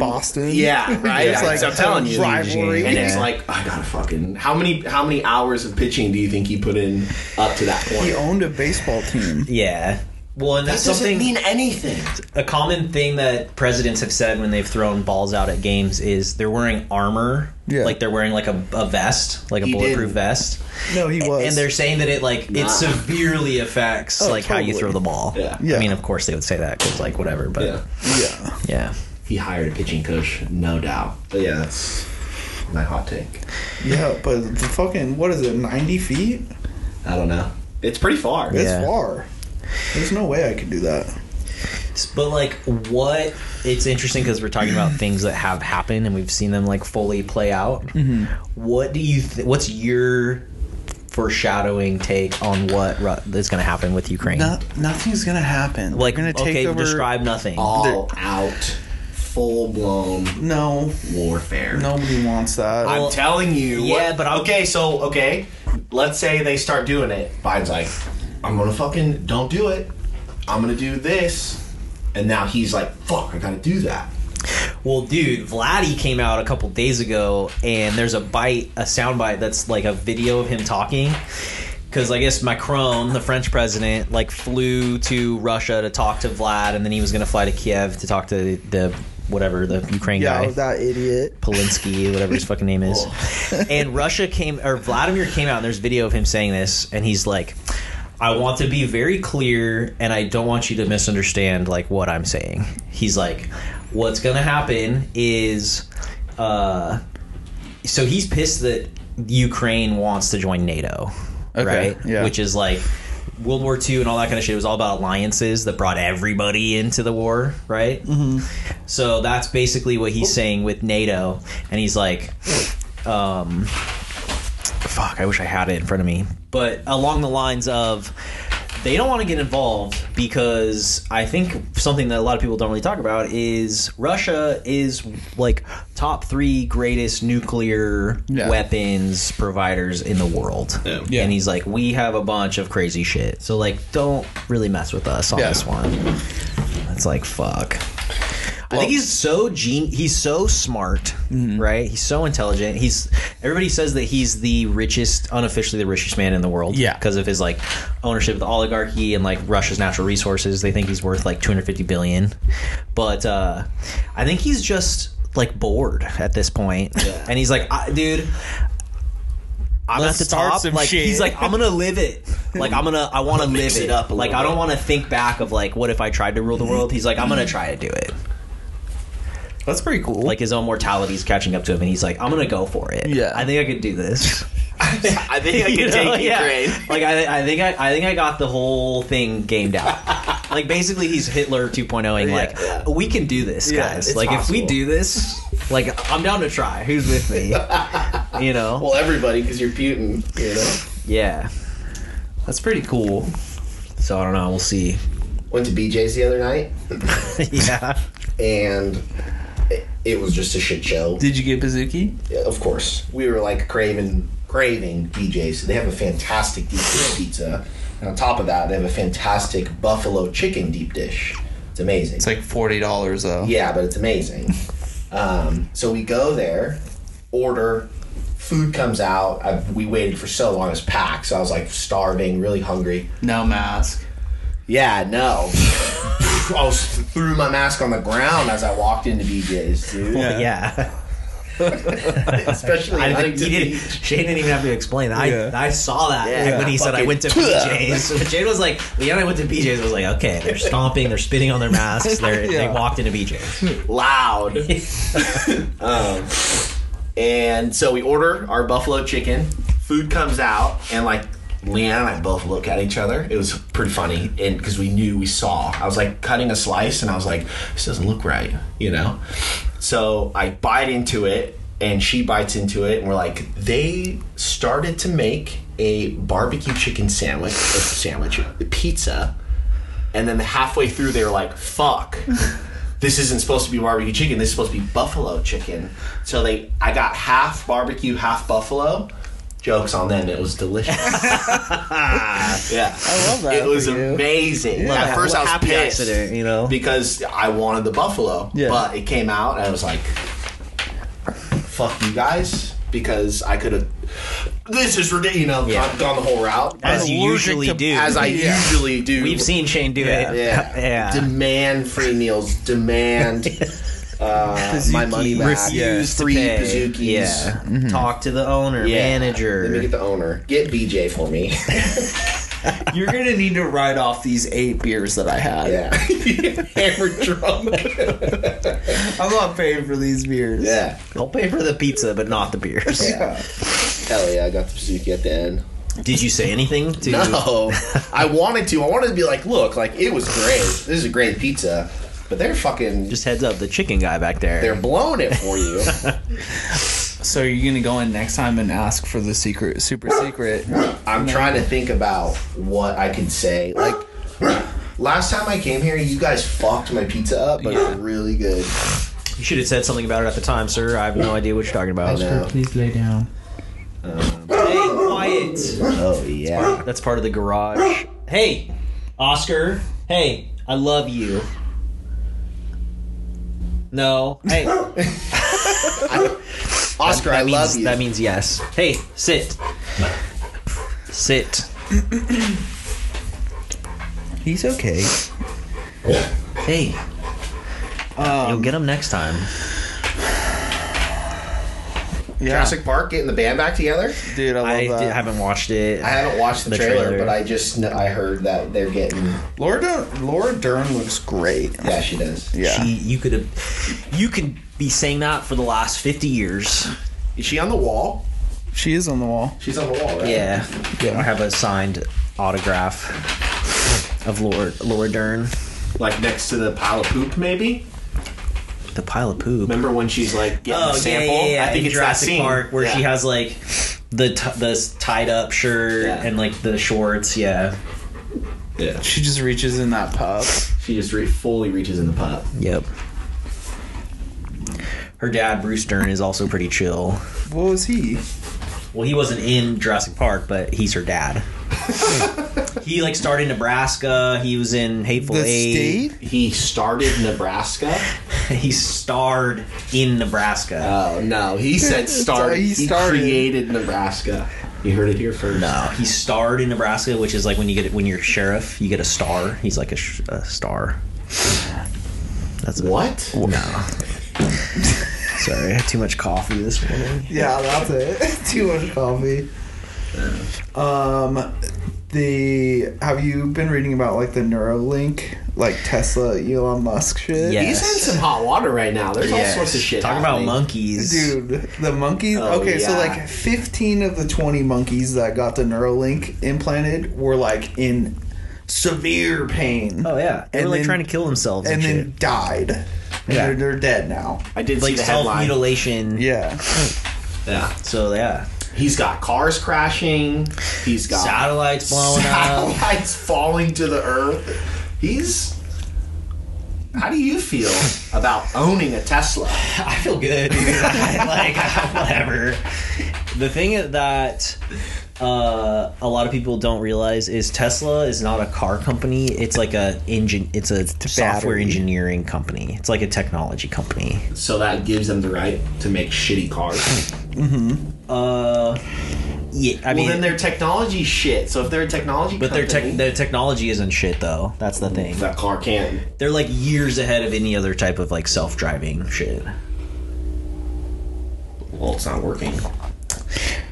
Speaker 5: Boston.
Speaker 4: Yeah, right.
Speaker 5: It's like
Speaker 4: So I'm telling you,
Speaker 5: rivalry.
Speaker 4: and it's
Speaker 2: Yeah.
Speaker 4: like I gotta fucking how many how many hours of pitching do you think he put in up to that point?
Speaker 5: He owned a baseball team.
Speaker 2: Yeah. Well, and that's
Speaker 4: That doesn't
Speaker 2: something.
Speaker 4: mean anything.
Speaker 2: a common thing that presidents have said when they've thrown balls out at games is they're wearing armor.
Speaker 5: Yeah.
Speaker 2: Like they're wearing like a, a vest, like a
Speaker 4: He
Speaker 2: bulletproof
Speaker 4: didn't.
Speaker 2: vest.
Speaker 5: No, he was.
Speaker 2: And they're saying that it like
Speaker 4: Nah.
Speaker 2: it severely affects like how you
Speaker 5: totally.
Speaker 2: throw the ball.
Speaker 4: Oh, Yeah.
Speaker 5: Yeah.
Speaker 2: I mean, of course they would say that because like whatever, but
Speaker 4: Yeah,
Speaker 5: yeah.
Speaker 2: yeah.
Speaker 4: he hired a pitching coach, no doubt. But yeah, that's my hot take.
Speaker 5: Yeah, but the fucking what is it? 90 feet?
Speaker 4: I don't know. It's pretty far.
Speaker 5: It's
Speaker 2: Yeah.
Speaker 5: far. There's no way I could do that.
Speaker 2: But like, what? It's interesting because we're talking about things that have happened and we've seen them like fully play out.
Speaker 3: Mm-hmm.
Speaker 2: What do you? Th- what's your foreshadowing take on what Ru- is going to happen with Ukraine?
Speaker 3: nothing's gonna happen.
Speaker 2: like,
Speaker 3: They're gonna
Speaker 2: okay,
Speaker 3: take over.
Speaker 2: describe nothing.
Speaker 4: All out, full blown
Speaker 3: no,
Speaker 4: warfare.
Speaker 3: nobody wants that.
Speaker 4: I'm
Speaker 2: Well,
Speaker 4: telling you.
Speaker 2: yeah,
Speaker 4: what-
Speaker 2: but I'll-
Speaker 4: okay. So okay, let's say they start doing it. Biden's like, I'm gonna fucking don't do it. I'm gonna do this, and now he's like, fuck, I gotta do that.
Speaker 2: Well, dude, Vladdy came out a couple days ago, and there's a bite, a sound bite that's like a video of him talking. Because I guess Macron, the French president, like flew to Russia to talk to Vlad, and then he was going to fly to Kiev to talk to the whatever the Ukraine
Speaker 5: Yeah,
Speaker 2: guy.
Speaker 5: that idiot.
Speaker 2: Polinsky, whatever his fucking name is. and Russia came, or Vladimir came out, and there's video of him saying this, and he's like, I want to be very clear and I don't want you to misunderstand like what I'm saying. He's like, what's gonna happen is uh so he's pissed that Ukraine wants to join NATO.
Speaker 3: Okay,
Speaker 2: right?
Speaker 5: yeah.
Speaker 2: Which is like World War II and all that kind of shit was all about alliances that brought everybody into the war, right? Mm-hmm. So that's basically what he's saying with NATO, and he's like, um, fuck, I wish I had it in front of me. But along the lines of, they don't want to get involved because I think something that a lot of people don't really talk about is Russia is like top three greatest nuclear
Speaker 3: Yeah.
Speaker 2: weapons providers in the world.
Speaker 4: Yeah.
Speaker 3: Yeah.
Speaker 2: And he's like, we have a bunch of crazy shit. So, like, don't really mess with us on
Speaker 3: Yeah.
Speaker 2: this one. It's like, fuck. I think he's so gen- he's so smart,
Speaker 3: Mm-hmm.
Speaker 2: right? He's so intelligent. He's everybody says that he's the richest, unofficially the richest man in the world,
Speaker 3: Yeah.
Speaker 2: because of his like ownership of the oligarchy and like Russia's natural resources. They think he's worth like 250 billion, but uh, I think he's just like bored at this point, and he's like, I, dude. I'm
Speaker 3: Let's
Speaker 2: at the
Speaker 3: start
Speaker 2: top.
Speaker 3: some
Speaker 2: Like he's
Speaker 3: shit.
Speaker 2: like, I'm gonna live it. Like I'm gonna, I want to live
Speaker 4: it
Speaker 2: it
Speaker 4: up
Speaker 2: up.
Speaker 4: a
Speaker 2: Like
Speaker 4: little
Speaker 2: I don't
Speaker 4: bit.
Speaker 2: want to think back of like, what if I tried to rule the world? He's like, I'm gonna try to do it
Speaker 3: That's pretty cool.
Speaker 2: like his own mortality is catching up to him, and he's like, "I'm gonna go for it.
Speaker 3: Yeah.
Speaker 2: I think I could do this.
Speaker 4: I think I
Speaker 2: You
Speaker 4: can
Speaker 2: know,
Speaker 4: take
Speaker 2: yeah.
Speaker 4: Ukraine.
Speaker 2: Like I, I think I, I think I got the whole thing gamed out. like basically, he's Hitler 2.0ing.
Speaker 4: Yeah,
Speaker 2: like
Speaker 4: yeah.
Speaker 2: we can do this,
Speaker 3: Yeah,
Speaker 2: guys.
Speaker 4: it's
Speaker 2: Like if
Speaker 4: possible."
Speaker 2: we do this, like I'm down to try. Who's with me? you know?
Speaker 4: Well, everybody, because you're Putin. You know,
Speaker 2: yeah.
Speaker 3: That's pretty cool.
Speaker 2: So I don't know. We'll see.
Speaker 4: went to BJ's the other night,
Speaker 2: yeah.
Speaker 4: and it, it was just a shit show.
Speaker 3: Did you get Bazooki?
Speaker 4: Yeah, of course, we were like craving craving BJ's. They have a fantastic deep dish pizza. And on top of that, they have a fantastic buffalo chicken deep dish. It's amazing.
Speaker 5: It's like forty dollars though.
Speaker 4: Yeah, but it's amazing. Um, so we go there, order, food comes out. I, we waited for so long, it's packed. So I was like starving, really hungry.
Speaker 5: No mask.
Speaker 4: Yeah, no. I was threw my mask on the ground as I walked into BJ's, dude.
Speaker 2: Yeah.
Speaker 4: Especially
Speaker 2: I
Speaker 4: in
Speaker 2: didn't,
Speaker 4: Huntington
Speaker 2: he didn't,
Speaker 4: Beach.
Speaker 2: Shane didn't even have to explain. I
Speaker 5: Yeah.
Speaker 2: I saw that
Speaker 4: Yeah.
Speaker 2: when he said I
Speaker 4: Fucking
Speaker 2: went to BJ's. Shane was like, Leon and I went to BJ's. I was like, okay, they're stomping, they're spitting on their masks, they're, they
Speaker 5: Yeah.
Speaker 2: walked into BJ's.
Speaker 4: loud. um, and so we order our buffalo chicken. Food comes out, and like Leanne and I both look at each other. It was pretty funny, and because we knew we saw, I was like cutting a slice, and I was like, "This doesn't look right," you know. So I bite into it, and she bites into it, and we're like, "They started to make a barbecue chicken sandwich, a sandwich, a pizza." And then halfway through, they were like, "Fuck, this isn't supposed to be barbecue chicken. This is supposed to be buffalo chicken." So they, I got half barbecue, half buffalo. Jokes on them. It was delicious. yeah, I
Speaker 5: love that
Speaker 4: It was
Speaker 5: for you.
Speaker 4: amazing. At first, I was
Speaker 2: Happy
Speaker 4: pissed
Speaker 2: accident, you know.
Speaker 4: because I wanted the buffalo,
Speaker 5: Yeah.
Speaker 4: but it came out, and I was like, "Fuck you guys." Because I could have, this is ridiculous. You know,
Speaker 2: Yeah.
Speaker 4: gone, gone the whole route
Speaker 2: As
Speaker 5: I'm
Speaker 2: you
Speaker 5: allergic
Speaker 2: usually
Speaker 5: to-
Speaker 2: do.
Speaker 4: as I
Speaker 5: Yeah.
Speaker 4: usually do.
Speaker 2: We've seen Shane do
Speaker 3: Yeah.
Speaker 2: it.
Speaker 4: Yeah.
Speaker 2: Yeah.
Speaker 4: Demand free meals. Demand uh, my money back.
Speaker 2: Refuse to
Speaker 4: free
Speaker 2: pay.
Speaker 4: Pizookies.
Speaker 2: Yeah. Talk to the owner,
Speaker 4: Yeah. Let me
Speaker 2: manager.
Speaker 4: get the owner. Get BJ for me.
Speaker 3: You're gonna need to write off these eight beers that I had.
Speaker 4: Uh, yeah. Hammer drunk.
Speaker 5: I'm not paying for these beers.
Speaker 4: yeah.
Speaker 2: I'll pay for the pizza, but not the beers.
Speaker 4: Yeah. Hell yeah, I got the Pizookie at the end.
Speaker 2: Did you say anything to?
Speaker 4: No. I wanted to. I wanted to be like, look, like it was great. This is a great pizza. But they're fucking
Speaker 2: Just heads up, the chicken guy back there.
Speaker 4: they're blowing it for you.
Speaker 3: So you're gonna go in next time and ask for the secret, super secret.
Speaker 4: I'm trying to think about what I can say. Like last time I came here, you guys fucked my pizza up, but it was really good.
Speaker 2: you should have said something about it at the time, sir. I have no idea what you're talking about.
Speaker 4: No.
Speaker 3: Please lay down.
Speaker 2: Hey, quiet.
Speaker 4: Oh yeah.
Speaker 2: That's part of the garage. Hey, Oscar. Hey, I love you. No. Hey,
Speaker 4: Oscar, I
Speaker 2: means,
Speaker 4: love you.
Speaker 2: That means yes. Hey, sit. Sit.
Speaker 5: He's okay.
Speaker 2: Hey. Um, You'll get him next time.
Speaker 6: Yeah.
Speaker 3: Jurassic Park getting the band back together.
Speaker 5: Dude, I love
Speaker 2: I
Speaker 5: that.
Speaker 2: di- haven't watched it.
Speaker 3: I haven't watched the,
Speaker 2: The
Speaker 3: trailer,
Speaker 2: trailer.
Speaker 3: but I just kn- I heard that they're getting.
Speaker 5: Laura, Dern, Laura Dern looks great.
Speaker 3: Yeah, she does.
Speaker 5: Yeah.
Speaker 2: She, you could have, you could be saying that for the last fifty years.
Speaker 3: Is she on the wall?
Speaker 5: She is on the wall.
Speaker 3: She's on the wall, right?
Speaker 2: Yeah, I have a signed autograph of Laura Laura Dern,
Speaker 4: Like next to the pile of poop, maybe.
Speaker 2: the pile of poop.
Speaker 4: Remember when she's like getting
Speaker 2: Oh
Speaker 4: the
Speaker 2: yeah,
Speaker 4: sample?
Speaker 2: yeah, yeah.
Speaker 4: I think
Speaker 2: In
Speaker 4: it's
Speaker 2: Jurassic
Speaker 4: that scene
Speaker 2: Park where
Speaker 4: Yeah.
Speaker 2: she has like the t- the tied up shirt
Speaker 4: Yeah.
Speaker 2: and like the shorts. Yeah.
Speaker 4: Yeah.
Speaker 5: She just reaches in that pub.
Speaker 4: She just re- fully reaches in the pot.
Speaker 2: Yep. Her dad Bruce Dern is also pretty chill.
Speaker 5: What was he?
Speaker 2: Well, he wasn't in Jurassic Park, but he's her dad. he like started in Nebraska. He was in Hateful
Speaker 5: The
Speaker 2: Eight.
Speaker 5: state?
Speaker 4: He started Nebraska.
Speaker 2: He starred in Nebraska.
Speaker 4: Oh no, he said started.
Speaker 5: He
Speaker 4: he,
Speaker 5: started.
Speaker 4: created Nebraska. You heard it here first.
Speaker 2: no, he starred in Nebraska, which is like when you get when you're sheriff, you get a star. He's like a, sh- a star. That's it.
Speaker 4: What?
Speaker 2: No. Sorry, I had too much coffee this morning.
Speaker 5: Yeah, that's it. Too much coffee. Um, the have you been reading about like the Neuralink, like Tesla, Elon Musk shit?
Speaker 2: Yeah.
Speaker 4: He's in some hot water right now. There's all sorts of shit.
Speaker 2: Talk about
Speaker 4: happening.
Speaker 2: monkeys.
Speaker 5: Dude, the monkeys.
Speaker 4: Oh,
Speaker 5: okay, so
Speaker 4: yeah.
Speaker 5: like 15 of the 20 monkeys that got the Neuralink implanted were like in severe pain
Speaker 2: Oh yeah. They
Speaker 5: And
Speaker 2: were like
Speaker 5: then-
Speaker 2: trying to kill themselves and,
Speaker 5: and
Speaker 2: shit.
Speaker 5: then died. And
Speaker 2: Yeah.
Speaker 5: they're, they're dead now.
Speaker 4: I did see
Speaker 2: like
Speaker 4: the headline.
Speaker 2: self-mutilation.
Speaker 5: Yeah.
Speaker 4: Yeah.
Speaker 2: So yeah.
Speaker 4: He's got cars crashing. He's got
Speaker 2: Satellites blowing up.
Speaker 4: satellites falling to the earth. He's. How do you feel about owning a Tesla?
Speaker 2: I feel good. dude. like whatever. The thing that uh, a lot of people don't realize is Tesla is not a car company. It's like a engine. It's a software
Speaker 5: battery.
Speaker 2: engineering company. It's like a technology company.
Speaker 4: So that gives them the right to make shitty cars.
Speaker 2: Uh, yeah. I
Speaker 4: well,
Speaker 2: mean,
Speaker 4: then they're technology shit. So if they're a technology,
Speaker 2: but their tech
Speaker 4: company,
Speaker 2: their technology isn't shit though. That's the thing.
Speaker 4: that car can't.
Speaker 2: They're like years ahead of any other type of like self driving shit.
Speaker 4: Well, it's not working.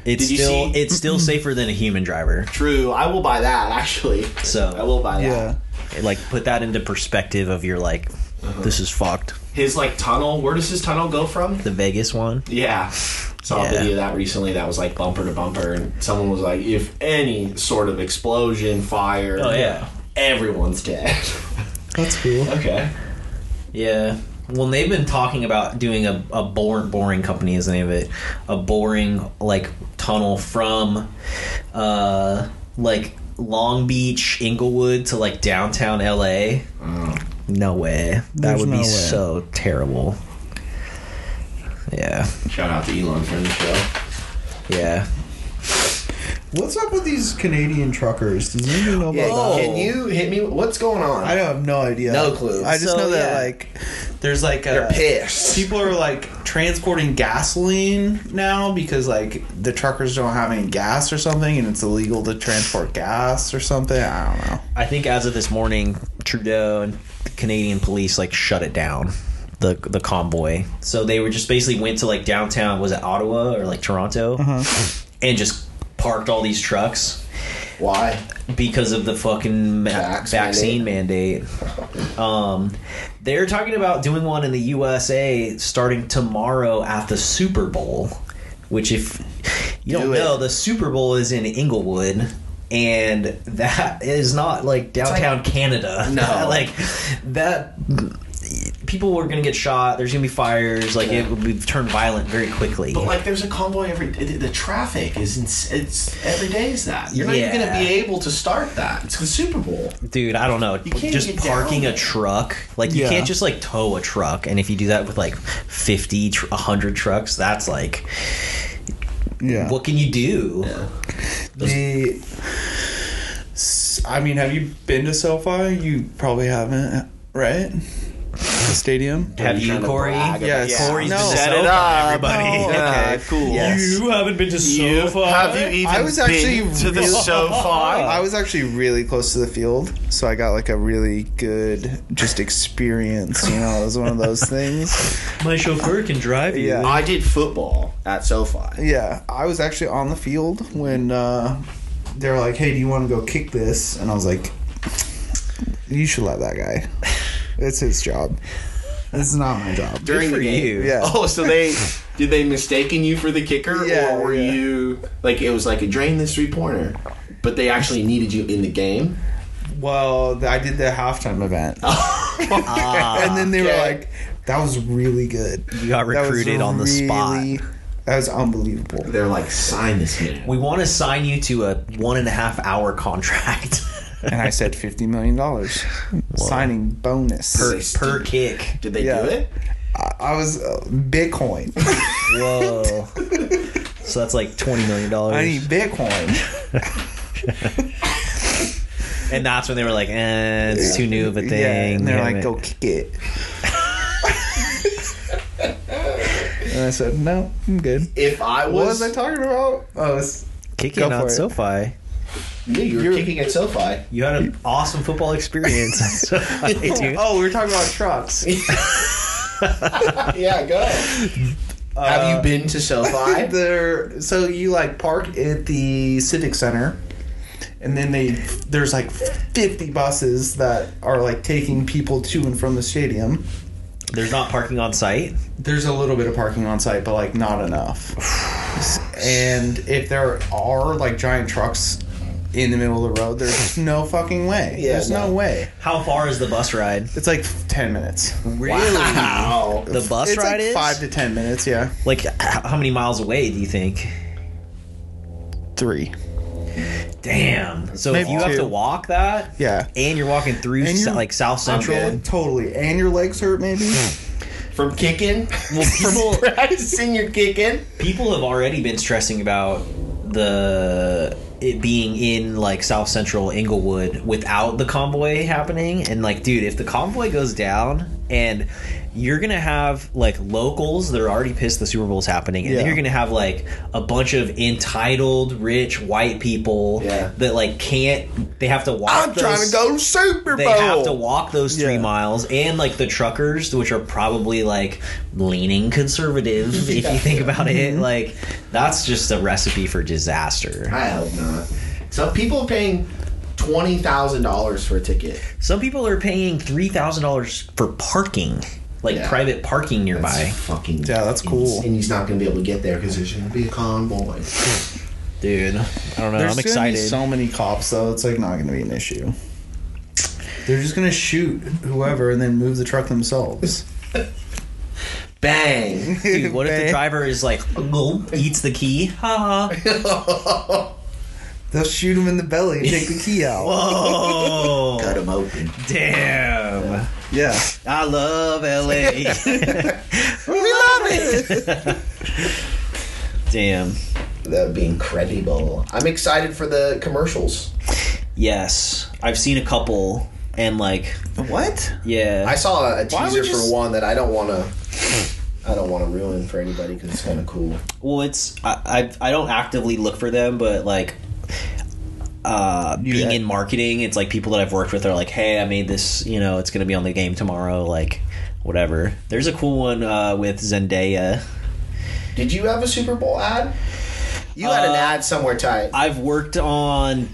Speaker 2: It's
Speaker 4: Did you
Speaker 2: still
Speaker 4: see-
Speaker 2: it's still safer than a human driver.
Speaker 4: True. I will buy that. Actually,
Speaker 2: So
Speaker 4: I will buy that.
Speaker 5: Yeah.
Speaker 2: like put that into perspective of your like
Speaker 4: Uh-huh.
Speaker 2: this is fucked
Speaker 4: His like tunnel. Where does his tunnel go from?
Speaker 2: the vegas one
Speaker 4: Yeah.
Speaker 2: Yeah.
Speaker 4: Saw a video of that recently that was like bumper to bumper, and someone was like, if any sort of explosion, fire,
Speaker 2: Oh, yeah.
Speaker 4: everyone's dead.
Speaker 5: That's cool.
Speaker 4: okay.
Speaker 2: yeah well they've been talking about doing a, a boring boring company is the name of it a boring like tunnel from uh like long beach inglewood to like downtown la no way that
Speaker 5: Mm. There's
Speaker 2: would be
Speaker 5: no way.
Speaker 2: so terrible yeah
Speaker 4: Shout out to Elon for the show.
Speaker 2: yeah
Speaker 5: What's up with these Canadian truckers? Does anybody know about
Speaker 3: Yeah,
Speaker 5: that?
Speaker 3: Can you hit me? What's going on?
Speaker 5: Oh. I have no idea.
Speaker 3: No clue.
Speaker 5: I just
Speaker 2: So,
Speaker 5: know that
Speaker 2: yeah.
Speaker 5: like there's like a,
Speaker 3: They're pissed.
Speaker 5: people are like transporting gasoline now because like the truckers don't have any gas or something, and it's illegal to transport gas or something. I don't know.
Speaker 2: I think as of this morning, Trudeau and the Canadian police like shut it down. The, the convoy. So they were just basically went to like downtown, was it Ottawa or like Toronto? And just parked all these trucks
Speaker 3: Why?
Speaker 2: because of the fucking ma-
Speaker 3: Vax
Speaker 2: vaccine mandate. Um, they're talking about doing one in the USA starting tomorrow at the Super Bowl, which if you don't
Speaker 3: Do it.
Speaker 2: know, the Super Bowl is in Inglewood. And that is not like downtown Canada.
Speaker 3: No.
Speaker 2: like that. People were gonna get shot. There's gonna be fires. Like it would be turned violent very quickly.
Speaker 4: But like, there's a convoy every. The, the traffic is. Ins- it's every day is that. You're not even
Speaker 2: Yeah.
Speaker 4: gonna be able to start that. It's the Super Bowl.
Speaker 2: dude i don't know
Speaker 4: can't
Speaker 2: just
Speaker 4: get
Speaker 2: parking
Speaker 4: down.
Speaker 2: a truck like you
Speaker 5: Yeah.
Speaker 2: can't just like tow a truck and if you do that with like 50 tr- 100 trucks that's like
Speaker 5: Yeah.
Speaker 2: what can you do
Speaker 5: the I mean, have you been to SoFi? You probably haven't, right? stadium?
Speaker 2: Have you,
Speaker 4: trying to
Speaker 2: Corey?
Speaker 4: brag about-
Speaker 5: Yes.
Speaker 4: Yeah.
Speaker 2: Corey's
Speaker 5: No.
Speaker 2: been
Speaker 5: Set
Speaker 2: so
Speaker 5: it
Speaker 2: far, everybody.
Speaker 5: Oh, okay.
Speaker 3: cool.
Speaker 5: Yes.
Speaker 2: haven't been to
Speaker 1: You, have you even
Speaker 5: I was actually
Speaker 1: been to the
Speaker 5: really-
Speaker 1: so
Speaker 4: Um,
Speaker 1: far?
Speaker 5: I was actually really close to the field, so I got like a really good just experience. You know, it was one of those things.
Speaker 2: My chauffeur can drive you.
Speaker 5: Yeah.
Speaker 4: I did football at SoFi.
Speaker 5: Yeah, I was actually on the field when uh, they were like, "Hey, do you want to go kick this?" And I was like, "You should let that guy. It's his job. It's not my job."
Speaker 4: During
Speaker 2: for
Speaker 4: the game.
Speaker 2: you.
Speaker 5: Yeah.
Speaker 4: Oh, so they did they mistaken you for the kicker,
Speaker 5: Yeah,
Speaker 4: or were
Speaker 5: yeah.
Speaker 4: you like it was like a drain this three pointer, but they actually needed you in the game?
Speaker 5: Well, th- I did the halftime event, and then they
Speaker 4: okay.
Speaker 5: were like, "That was really good.
Speaker 2: You got
Speaker 5: That was
Speaker 2: recruited on the spot.
Speaker 5: really- That was unbelievable."
Speaker 4: They're like, sign this man.
Speaker 2: We want to sign you to a one and a half hour contract
Speaker 5: and I said fifty million dollars signing bonus.
Speaker 2: per,
Speaker 4: Nice.
Speaker 2: per kick.
Speaker 4: Did they
Speaker 5: Yeah.
Speaker 4: do it?
Speaker 5: I, I was uh, Bitcoin.
Speaker 2: Whoa. so that's like twenty million
Speaker 5: I
Speaker 2: dollars.
Speaker 5: need Bitcoin.
Speaker 2: And that's when they were like, eh, it's too new of a thing.
Speaker 5: yeah, and they're
Speaker 2: We
Speaker 5: like,
Speaker 2: haven't-
Speaker 5: "Go kick it." and I said, "No, I'm good."
Speaker 4: If I
Speaker 5: What
Speaker 4: was,
Speaker 5: was I talking about? Oh, it's
Speaker 2: kick it
Speaker 5: go for
Speaker 2: on
Speaker 5: it.
Speaker 2: SoFi.
Speaker 4: yeah, you were
Speaker 5: You're-
Speaker 4: kicking at SoFi.
Speaker 2: You had an awesome football experience. at SoFi, dude.
Speaker 5: oh, we were talking about trucks.
Speaker 4: yeah, go. Have you been to SoFi?
Speaker 5: there so you like park at the civic center and then they there's like 50 buses that are like taking people to and from the stadium
Speaker 2: There's not parking on site.
Speaker 5: there's a little bit of parking on site but like not enough and if there are like giant trucks in the middle of the road there's no fucking way
Speaker 4: Yeah,
Speaker 5: there's no.
Speaker 4: no.
Speaker 5: way
Speaker 2: How far is the bus ride?
Speaker 5: it's like 10 minutes
Speaker 2: Really?
Speaker 4: Wow.
Speaker 2: The bus
Speaker 5: it's
Speaker 2: ride
Speaker 5: like
Speaker 2: is
Speaker 5: 5 to 10 minutes yeah
Speaker 2: Like, h- how many miles away do you think?
Speaker 5: 3
Speaker 2: Damn. So if
Speaker 5: Maybe
Speaker 2: you have
Speaker 5: two.
Speaker 2: to walk that,
Speaker 5: yeah
Speaker 2: and you're walking through
Speaker 5: And
Speaker 2: s-
Speaker 5: you're-
Speaker 2: like South Central,
Speaker 4: good.
Speaker 5: totally and your legs hurt maybe
Speaker 4: From kicking?
Speaker 2: well, people
Speaker 4: Practicing your kicking?
Speaker 2: people have already been stressing about the it being in like South Central Inglewood without the convoy happening, and like, dude, if the convoy goes down and you're gonna have like locals that are already pissed the Super Bowl's happening, and then
Speaker 5: Yeah.
Speaker 2: you're gonna have like a bunch of entitled rich white people
Speaker 4: Yeah.
Speaker 2: that like can't they have to walk.
Speaker 5: I'm trying
Speaker 2: those-
Speaker 5: to go to Super Bowl.
Speaker 2: they have to walk those three
Speaker 5: Oh. Yeah.
Speaker 2: miles and like the truckers which are probably like leaning conservative if you think about it like that's just a recipe for disaster
Speaker 4: I hope not. Some people are paying twenty thousand dollars for a ticket.
Speaker 2: some people are paying $3000 for parking like
Speaker 4: Yeah.
Speaker 2: private parking nearby
Speaker 4: That's fucking
Speaker 5: Yeah, that's cool.
Speaker 4: And he's not gonna be able to get there because there's gonna be a convoy.
Speaker 2: dude i don't know
Speaker 5: There's
Speaker 2: i'm
Speaker 5: gonna be
Speaker 2: excited
Speaker 5: so many cops, though. It's like not going to be an issue. They're just going to shoot whoever and then move the truck themselves.
Speaker 4: Bang!
Speaker 2: dude what if the
Speaker 5: Bang.
Speaker 2: driver is like "Gulp," eats the key ha ha
Speaker 5: They'll shoot him in the belly and take the key out.
Speaker 2: oh
Speaker 4: Cut him open.
Speaker 2: damn
Speaker 5: yeah,
Speaker 2: i love la
Speaker 5: we love it.
Speaker 2: damn
Speaker 4: That'd be incredible. I'm excited for the commercials.
Speaker 2: Yes, I've seen a couple, and like,
Speaker 5: what?
Speaker 2: yeah,
Speaker 4: I saw a
Speaker 5: Why
Speaker 4: teaser
Speaker 5: would you s-
Speaker 4: for one that I don't want to. I don't want to ruin for anybody because it's kind of cool.
Speaker 2: well, it's I, I I don't actively look for them, but like. Uh,
Speaker 5: You
Speaker 2: being
Speaker 5: act-
Speaker 2: in marketing, it's like people that I've worked with are like, "Hey, I made this. You know, it's gonna be on the game tomorrow. Like, whatever." There's a cool one uh, with Zendaya.
Speaker 4: Did you have a Super Bowl ad? You had an
Speaker 2: Uh,
Speaker 4: ad somewhere tight.
Speaker 2: I've worked on,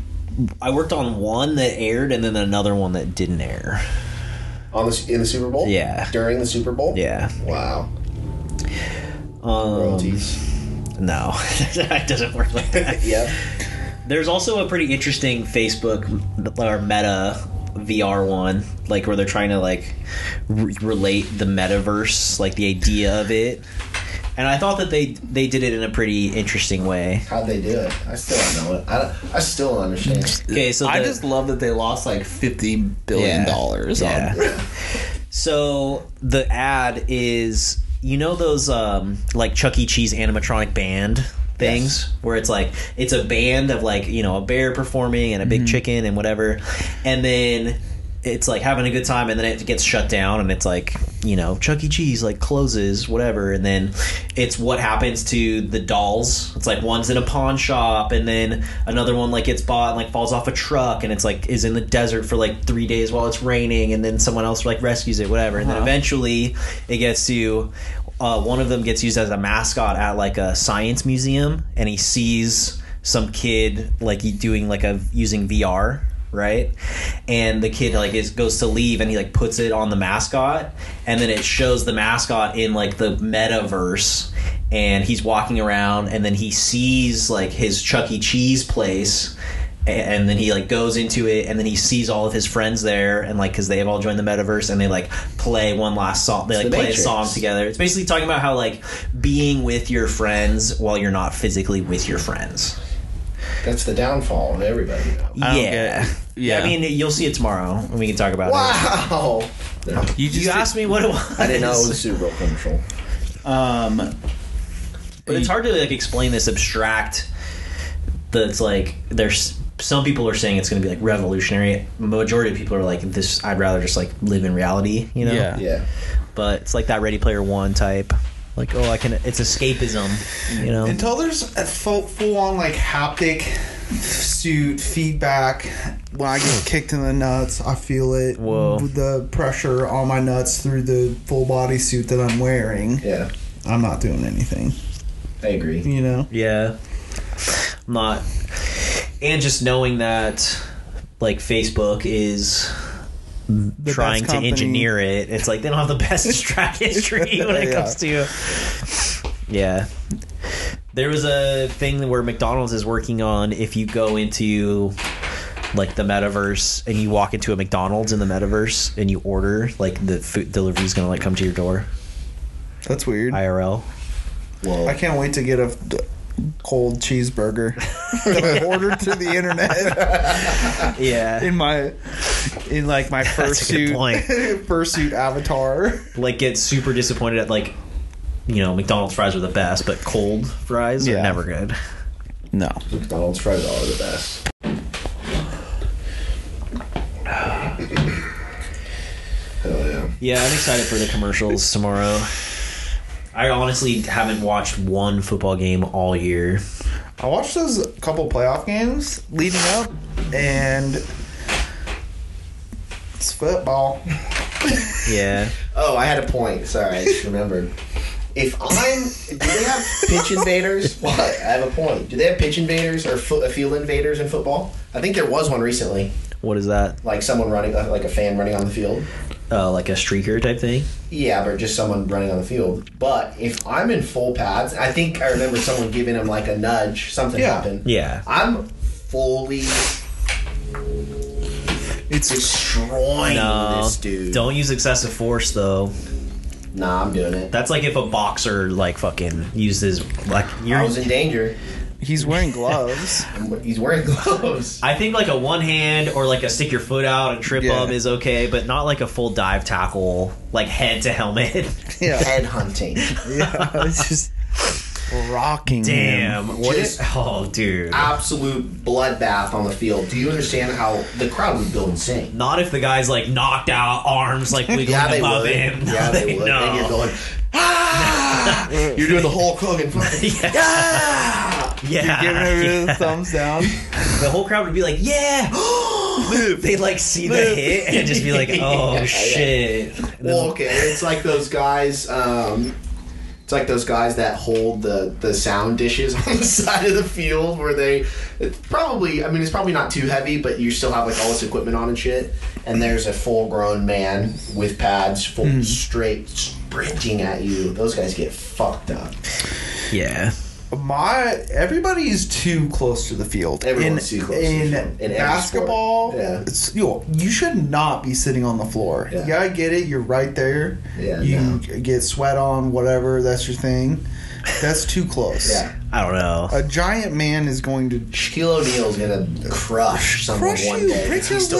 Speaker 2: I worked on one that aired, and then another one that didn't air.
Speaker 4: on the in the Super Bowl.
Speaker 2: Yeah.
Speaker 4: During the Super Bowl.
Speaker 2: Yeah,
Speaker 4: Wow.
Speaker 2: um,
Speaker 4: Royalties.
Speaker 2: no, it doesn't work like that.
Speaker 4: yep.
Speaker 2: There's also a pretty interesting Facebook or Meta VR one, like where they're trying to like re- relate the metaverse, like the idea of it. And I thought that they they did it in a pretty interesting way.
Speaker 4: How'd they do it? I still don't know it. I, don't- I still don't understand.
Speaker 2: Okay, so
Speaker 3: I
Speaker 2: the-
Speaker 3: just love that they lost like fifty billion
Speaker 2: Yeah.
Speaker 3: dollars on
Speaker 2: yeah. so the ad is you know those um like Chuck E. Cheese animatronic band things where it's like it's a band of like you know a bear performing and a big chicken and whatever, and then it's like having a good time and then it gets shut down and it's like you know chuck e cheese like closes whatever and then it's what happens to the dolls it's like one's in a pawn shop and then another one like gets bought and like falls off a truck and it's like is in the desert for like three days while it's raining and then someone else like rescues it whatever and then eventually it gets to uh, one of them gets used as a mascot at like a science museum and he sees some kid like e-, doing like a using vr right? And the kid like is goes to leave and he like puts it on the mascot and then it shows the mascot in like the metaverse and he's walking around and then he sees like his Chuck E. Cheese place a- and then he like goes into it and then he sees all of his friends there and like because they've all joined the metaverse and they like play one last song they like
Speaker 4: the
Speaker 2: play a
Speaker 4: Matrix.
Speaker 2: song together it's basically talking about how like being with your friends while you're not physically with your friends
Speaker 4: That's the downfall of everybody.
Speaker 3: I don't
Speaker 2: yeah
Speaker 3: get it. Yeah.
Speaker 2: I mean, you'll see it tomorrow, and we can talk about it.
Speaker 4: Wow.
Speaker 3: you just
Speaker 2: You asked me what it was.
Speaker 4: I didn't know it was a Super Bowl commercial.
Speaker 3: um
Speaker 2: but it's hard to like explain this abstract. That's like there's some people are saying it's going to be like revolutionary. Majority of people are like this. I'd rather just like live in reality, you know.
Speaker 3: Yeah.
Speaker 4: Yeah.
Speaker 2: But it's like that Ready Player One type. Like oh, I can. It's escapism, you know.
Speaker 5: Until there's a full, full on like haptic suit feedback. When I get kicked in the nuts, I feel it.
Speaker 2: Whoa.
Speaker 5: With the pressure on my nuts through the full body suit that I'm wearing.
Speaker 4: Yeah.
Speaker 5: I'm not doing anything.
Speaker 4: I agree.
Speaker 5: You know.
Speaker 2: Yeah. I'm not. And just knowing that, like, Facebook is
Speaker 5: best
Speaker 2: trying to
Speaker 5: company.
Speaker 2: engineer it, it's like they don't have the best track history when it
Speaker 5: Yeah.
Speaker 2: comes to. Yeah. There was a thing where McDonald's is working on if you go into like the metaverse and you walk into a McDonald's in the metaverse and you order like the food delivery is going to like come to your door
Speaker 5: That's weird. I,
Speaker 2: IRL.
Speaker 4: Well,
Speaker 5: can't wait to get a d- cold cheeseburger that I ordered through the internet
Speaker 2: Yeah.
Speaker 5: in my in like my
Speaker 2: That's a good point.
Speaker 5: fursuit fursuit avatar.
Speaker 2: like get super disappointed at like you know McDonald's fries are the best, but cold fries are
Speaker 5: Yeah.
Speaker 2: never good.
Speaker 5: No.
Speaker 4: McDonald's fries are the best. Hell yeah.
Speaker 2: Yeah, I'm excited for the commercials tomorrow. I honestly haven't watched one football game all year.
Speaker 5: I watched those couple playoff games leading up, and it's football.
Speaker 2: Yeah,
Speaker 4: Oh, I had a point. Sorry, I just remembered. If I'm, do they have pitch invaders? What? I have a point. Do they have pitch invaders or fo- uh, field invaders in football? I think there was one recently,
Speaker 2: what is that?
Speaker 4: like someone running, uh, like a fan running on the field.
Speaker 2: Uh, like a streaker type thing?
Speaker 4: Yeah, but just someone running on the field. But if I'm in full pads, I think I remember someone giving him like a nudge. Something
Speaker 5: Yeah.
Speaker 4: happened.
Speaker 2: Yeah,
Speaker 4: I'm fully
Speaker 5: It's
Speaker 4: destroying
Speaker 2: No,
Speaker 4: this dude.
Speaker 2: don't use excessive force though.
Speaker 4: Nah, I'm doing it.
Speaker 2: That's like if a boxer like fucking uses like you're.
Speaker 4: I was in danger.
Speaker 5: he's wearing gloves.
Speaker 4: I'm- He's wearing gloves.
Speaker 2: I think like a one hand or like a stick your foot out and trip
Speaker 5: Yeah.
Speaker 2: up is okay, but not like a full dive tackle, like head to helmet.
Speaker 5: yeah,
Speaker 4: Head hunting.
Speaker 5: yeah, it's just rocking. him.
Speaker 2: Damn. What
Speaker 4: Just-
Speaker 2: is? Oh, dude.
Speaker 4: absolute bloodbath on the field. Do you understand how the crowd would go insane?
Speaker 2: Not if the guy's like knocked out, arms like wiggling above him.
Speaker 4: Yeah, they would. And you're
Speaker 2: No.
Speaker 4: going, ah! you're doing the Hulk Hogan fucking. Yeah!
Speaker 5: Giving
Speaker 2: Yeah.
Speaker 5: everybody the thumbs down.
Speaker 2: The whole crowd would be like, yeah. Move. They'd like see the hit and just be like, oh
Speaker 4: Yeah.
Speaker 2: shit. And then-
Speaker 4: Well, okay, it's like those guys. Um, it's like those guys that hold the, the sound dishes on the side of the field where they it's probably I mean it's probably not too heavy but you still have like all this equipment on and shit and there's a full grown man with pads full
Speaker 2: Hmm.
Speaker 4: straight sprinting at you those guys get fucked up
Speaker 2: yeah.
Speaker 5: My everybody's too close to the field.
Speaker 4: Everyone's too close to the
Speaker 5: in
Speaker 4: field. In every
Speaker 5: basketball,
Speaker 4: sport. Yeah.
Speaker 5: it's- you, you should not be sitting on the floor.
Speaker 4: Yeah.
Speaker 5: Yeah, I get it. You're right there.
Speaker 4: Yeah,
Speaker 5: you
Speaker 4: no.
Speaker 5: get sweat on, whatever. That's your thing. That's too close.
Speaker 4: yeah
Speaker 2: I don't know.
Speaker 5: A giant man is going to
Speaker 4: Shaquille O'Neal's gonna crush someone
Speaker 5: Crush
Speaker 4: one
Speaker 5: you,
Speaker 4: day
Speaker 5: break
Speaker 4: if he
Speaker 5: your
Speaker 4: still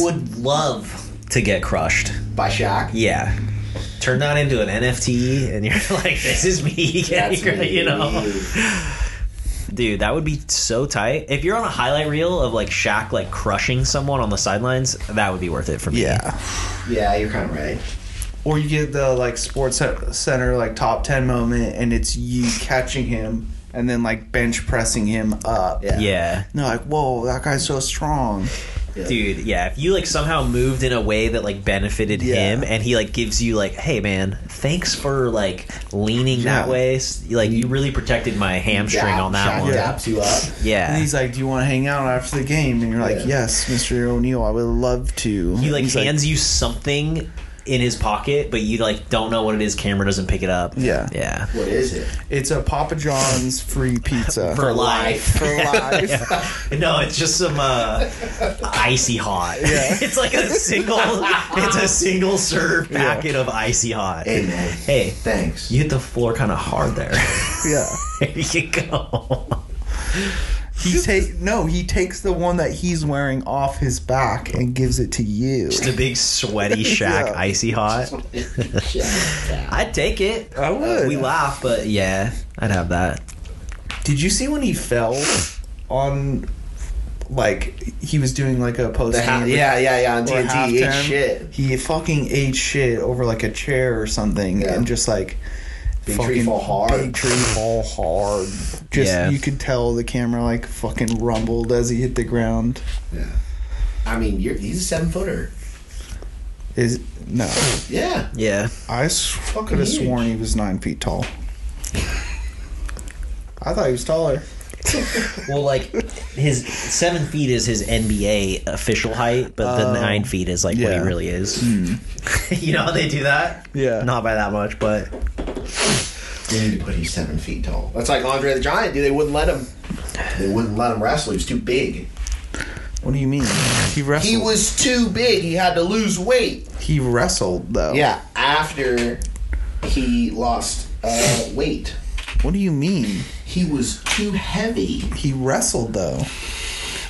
Speaker 4: plays.
Speaker 2: Would love to get crushed.
Speaker 4: By Shaq.
Speaker 2: Yeah. Turn that into an NFT and you're like, this is me.
Speaker 4: That's
Speaker 2: you know.
Speaker 4: me.
Speaker 2: Dude, that would be so tight. If you're on a highlight reel of like Shaq like crushing someone on the sidelines, that would be worth it for me.
Speaker 5: Yeah.
Speaker 4: Yeah, you're kind of right.
Speaker 5: Or you get the like sports Cent- center like top ten moment, and it's you catching him and then like bench pressing him up.
Speaker 4: Yeah.
Speaker 2: Yeah.
Speaker 5: No, like whoa, that guy's so strong.
Speaker 4: Yeah.
Speaker 2: Dude, yeah, if you like somehow moved in a way that like benefited
Speaker 5: Yeah.
Speaker 2: him and he like gives you like, "Hey man, thanks for like leaning that
Speaker 5: Yeah.
Speaker 2: way. S- Like you really protected my hamstring
Speaker 4: Dap-
Speaker 2: on that
Speaker 4: Shaq
Speaker 2: one."
Speaker 4: daps you up.
Speaker 2: Yeah.
Speaker 5: And he's like, "Do you want to hang out after the game?" And you're like,
Speaker 4: Yeah.
Speaker 5: "Yes, Mr. O'Neal, I would love to."
Speaker 2: he like
Speaker 5: He's
Speaker 2: hands you something in his pocket, but you like don't know what it is. Camera doesn't pick it up.
Speaker 5: Yeah.
Speaker 2: Yeah.
Speaker 4: What is it?
Speaker 5: "It's a Papa John's free pizza
Speaker 2: For life.
Speaker 5: for life."
Speaker 2: No, it's just some uh, icy hot.
Speaker 5: Yeah.
Speaker 2: it's like a single. It's a single serve packet of icy hot.
Speaker 4: Hey man,
Speaker 2: Hey,
Speaker 4: thanks.
Speaker 2: you hit the floor kind of hard there.
Speaker 5: Yeah.
Speaker 2: there you go.
Speaker 5: He take no, he takes the one that he's wearing off his back and gives it to you.
Speaker 2: Just a big sweaty shack,
Speaker 5: Yeah.
Speaker 2: icy hot. I'd take it.
Speaker 5: I would.
Speaker 2: We laugh, but yeah, I'd have that.
Speaker 5: Did you see when he fell on like he was doing like a post
Speaker 4: The ha- yeah, yeah, yeah. On TNT, he ate shit.
Speaker 5: He fucking ate shit over like a chair or something
Speaker 4: Yeah.
Speaker 5: and just like
Speaker 4: Big tree fall hard.
Speaker 5: Big tree fall hard. Just
Speaker 2: Yeah.
Speaker 5: you could tell the camera like fucking rumbled as he hit the ground.
Speaker 4: Yeah. I mean, you're, he's a seven footer.
Speaker 5: Is no.
Speaker 4: Yeah.
Speaker 2: Yeah.
Speaker 5: I could have
Speaker 4: huge.
Speaker 5: sworn he was nine feet tall. I thought he was taller.
Speaker 2: Well, like his seven feet is his NBA official height, but the
Speaker 5: Oh.
Speaker 2: nine feet is like what he
Speaker 5: Yeah. Hmm.
Speaker 2: really is. you know how they do that?
Speaker 5: Yeah.
Speaker 2: Not by that much, but oh,
Speaker 4: They need to put he's seven feet tall. That's like Andre the Giant, dude. They wouldn't let him. They wouldn't let him wrestle. He was too big.
Speaker 5: What do you mean? He wrestled.
Speaker 4: He was too big. He had to lose weight.
Speaker 5: He wrestled though.
Speaker 4: Yeah. After he lost uh, weight,
Speaker 5: What do you mean?
Speaker 4: he was too heavy.
Speaker 5: He wrestled though.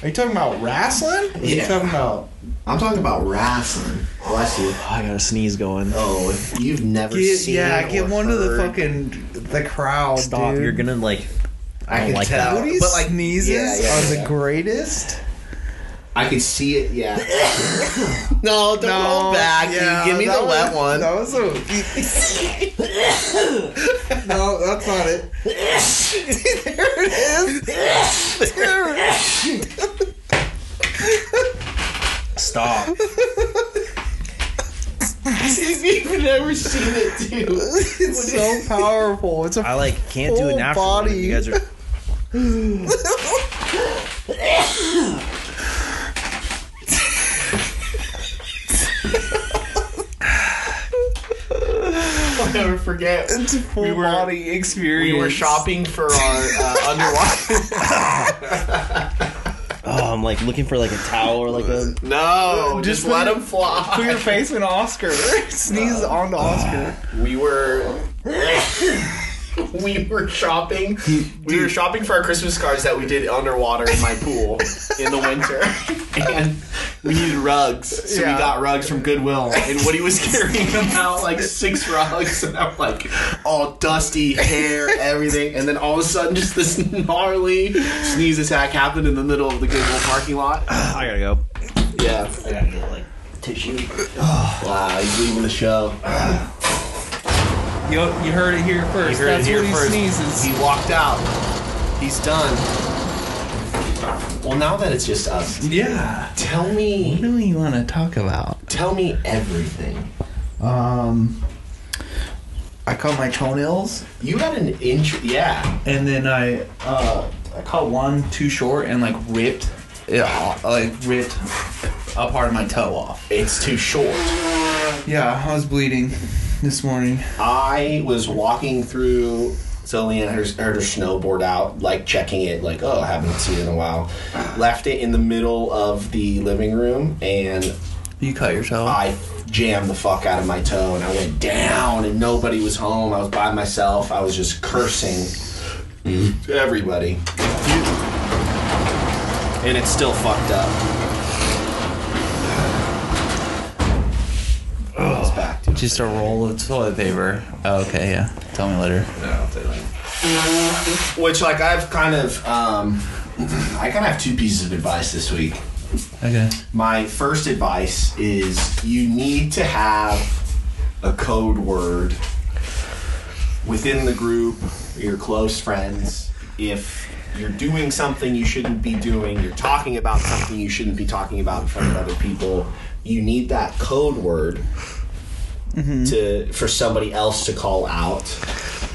Speaker 5: Are you talking about wrestling? Or Are you
Speaker 4: Yeah.
Speaker 5: talking about
Speaker 4: I'm talking about wrestling. Bless you.
Speaker 2: I got a sneeze going.
Speaker 4: Oh, if you've never seen.
Speaker 5: yeah?
Speaker 4: or
Speaker 5: Get one to the
Speaker 4: heard-
Speaker 5: fucking the crowd.
Speaker 2: Stop!
Speaker 5: dude.
Speaker 2: You're gonna like. I,
Speaker 4: can
Speaker 2: don't like
Speaker 4: tell.
Speaker 2: that.
Speaker 5: Booty
Speaker 4: But, like,
Speaker 5: sneezes
Speaker 4: yeah, yeah,
Speaker 5: are
Speaker 4: yeah.
Speaker 5: the greatest.
Speaker 4: I could see it. Yeah. no, don't roll back. dude. Give me
Speaker 5: that
Speaker 4: the wet
Speaker 5: was-
Speaker 4: one.
Speaker 5: That was a. no, that's not it. there it is. There it is.
Speaker 2: Stop!
Speaker 4: You've never seen it, dude.
Speaker 5: It's so powerful. It's a
Speaker 2: I like can't do it
Speaker 5: Full
Speaker 2: natural.
Speaker 5: body.
Speaker 2: You guys are.
Speaker 4: I'll never forget.
Speaker 5: it's a full
Speaker 3: We were-
Speaker 5: body
Speaker 4: We
Speaker 5: experience.
Speaker 4: were shopping for our uh, underwater.
Speaker 2: Oh, I'm like looking for like a towel or like a.
Speaker 4: No, just,
Speaker 5: Just put
Speaker 4: let
Speaker 5: it-
Speaker 4: him fly.
Speaker 5: Put your face in Oscar. Sneeze onto Oscar.
Speaker 4: We were. We were shopping. We were shopping for our Christmas cards that we did underwater in my pool in the winter, and we needed rugs, so
Speaker 5: Yeah.
Speaker 4: we got rugs from Goodwill. And Woody was carrying about like six rugs, and I'm like all dusty, hair, everything. And then all of a sudden, just this gnarly sneeze attack happened in the middle of the Goodwill parking lot.
Speaker 2: I gotta go.
Speaker 4: Yeah,
Speaker 2: I gotta get like tissue.
Speaker 4: wow, he's leaving the show.
Speaker 5: You, you heard it here first.
Speaker 4: heard it
Speaker 5: That's
Speaker 4: here
Speaker 5: what he
Speaker 4: first.
Speaker 5: sneezes.
Speaker 4: He walked out. He's done. Well, now that it's just us,
Speaker 5: yeah.
Speaker 4: tell me,
Speaker 5: do you want to talk about?
Speaker 4: tell me everything.
Speaker 5: Um, I cut my toenails,
Speaker 4: You had an inch, yeah.
Speaker 5: and then I uh, I cut one too short and like ripped it, off- like ripped a part of my toe off.
Speaker 4: It's too short.
Speaker 5: Yeah, I was bleeding this morning.
Speaker 4: I was walking through. So Leanne had her, had her snowboard out, like checking it, like, oh, I haven't seen it in a while. Left it in the middle of the living room, and
Speaker 5: You cut your toe?
Speaker 4: I jammed the fuck out of my toe and I went down and nobody was home. I was by myself. I was just cursing to everybody. And it's still fucked up. It's back, dude.
Speaker 5: Just a roll of toilet paper. Oh, okay, yeah. Tell me later.
Speaker 4: No, I'll tell you. Which, like, I've kind of, um, I kind of have two pieces of advice this week.
Speaker 2: Okay.
Speaker 4: My first advice is you need to have a code word within the group, your close friends. If you're doing something you shouldn't be doing, you're talking about something you shouldn't be talking about in front of other people, you need that code word to for somebody else to call out,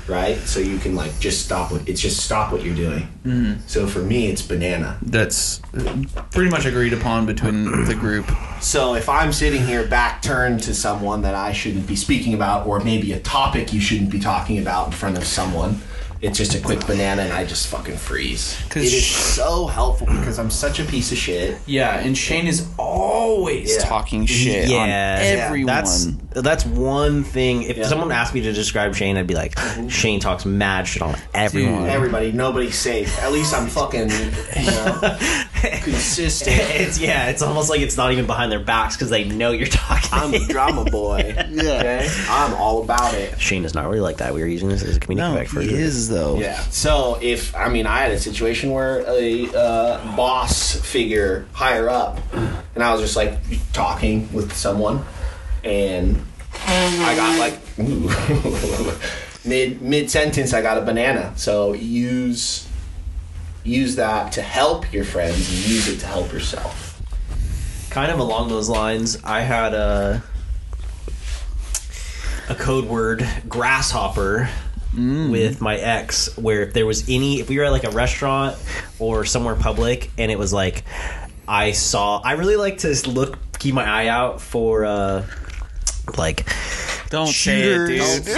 Speaker 4: right? So you can like just stop what it's just stop what you're doing. So for me, it's banana.
Speaker 3: That's uh, pretty much agreed upon between the group.
Speaker 4: So if I'm sitting here back turned to someone that I shouldn't be speaking about, or maybe a topic you shouldn't be talking about in front of someone, it's just a quick banana and I just fucking freeze.
Speaker 3: 'Cause
Speaker 4: It is
Speaker 3: sh-
Speaker 4: so helpful because I'm such a piece of shit.
Speaker 3: Yeah, and Shane is always
Speaker 4: Yeah.
Speaker 3: talking shit on
Speaker 2: Yeah,
Speaker 3: everyone.
Speaker 2: That's that's one thing. If someone asked me to describe Shane, I'd be like, Shane talks mad shit on everyone.
Speaker 4: Everybody, nobody's safe. At least I'm fucking you know, consistent.
Speaker 2: It's yeah. It's almost like it's not even behind their backs because they know you're talking.
Speaker 4: I'm a drama boy. Okay? I'm all about it.
Speaker 2: Shane is not really like that. We were using this as a community
Speaker 3: no,
Speaker 2: back for
Speaker 3: he is though.
Speaker 4: Yeah. So if I mean, I had a situation where a uh, boss figure higher up, and I was just like talking with someone, and I got like ooh, mid mid sentence, I got a banana. So use use that to help your friends and use it to help yourself.
Speaker 2: kind of along those lines i had a a code word grasshopper
Speaker 3: Mm.
Speaker 2: with my ex where if there was any if we were at like a restaurant or somewhere public and it was like i saw i really like to look keep my eye out for uh like
Speaker 3: Don't
Speaker 2: Shooters.
Speaker 3: say it, dude.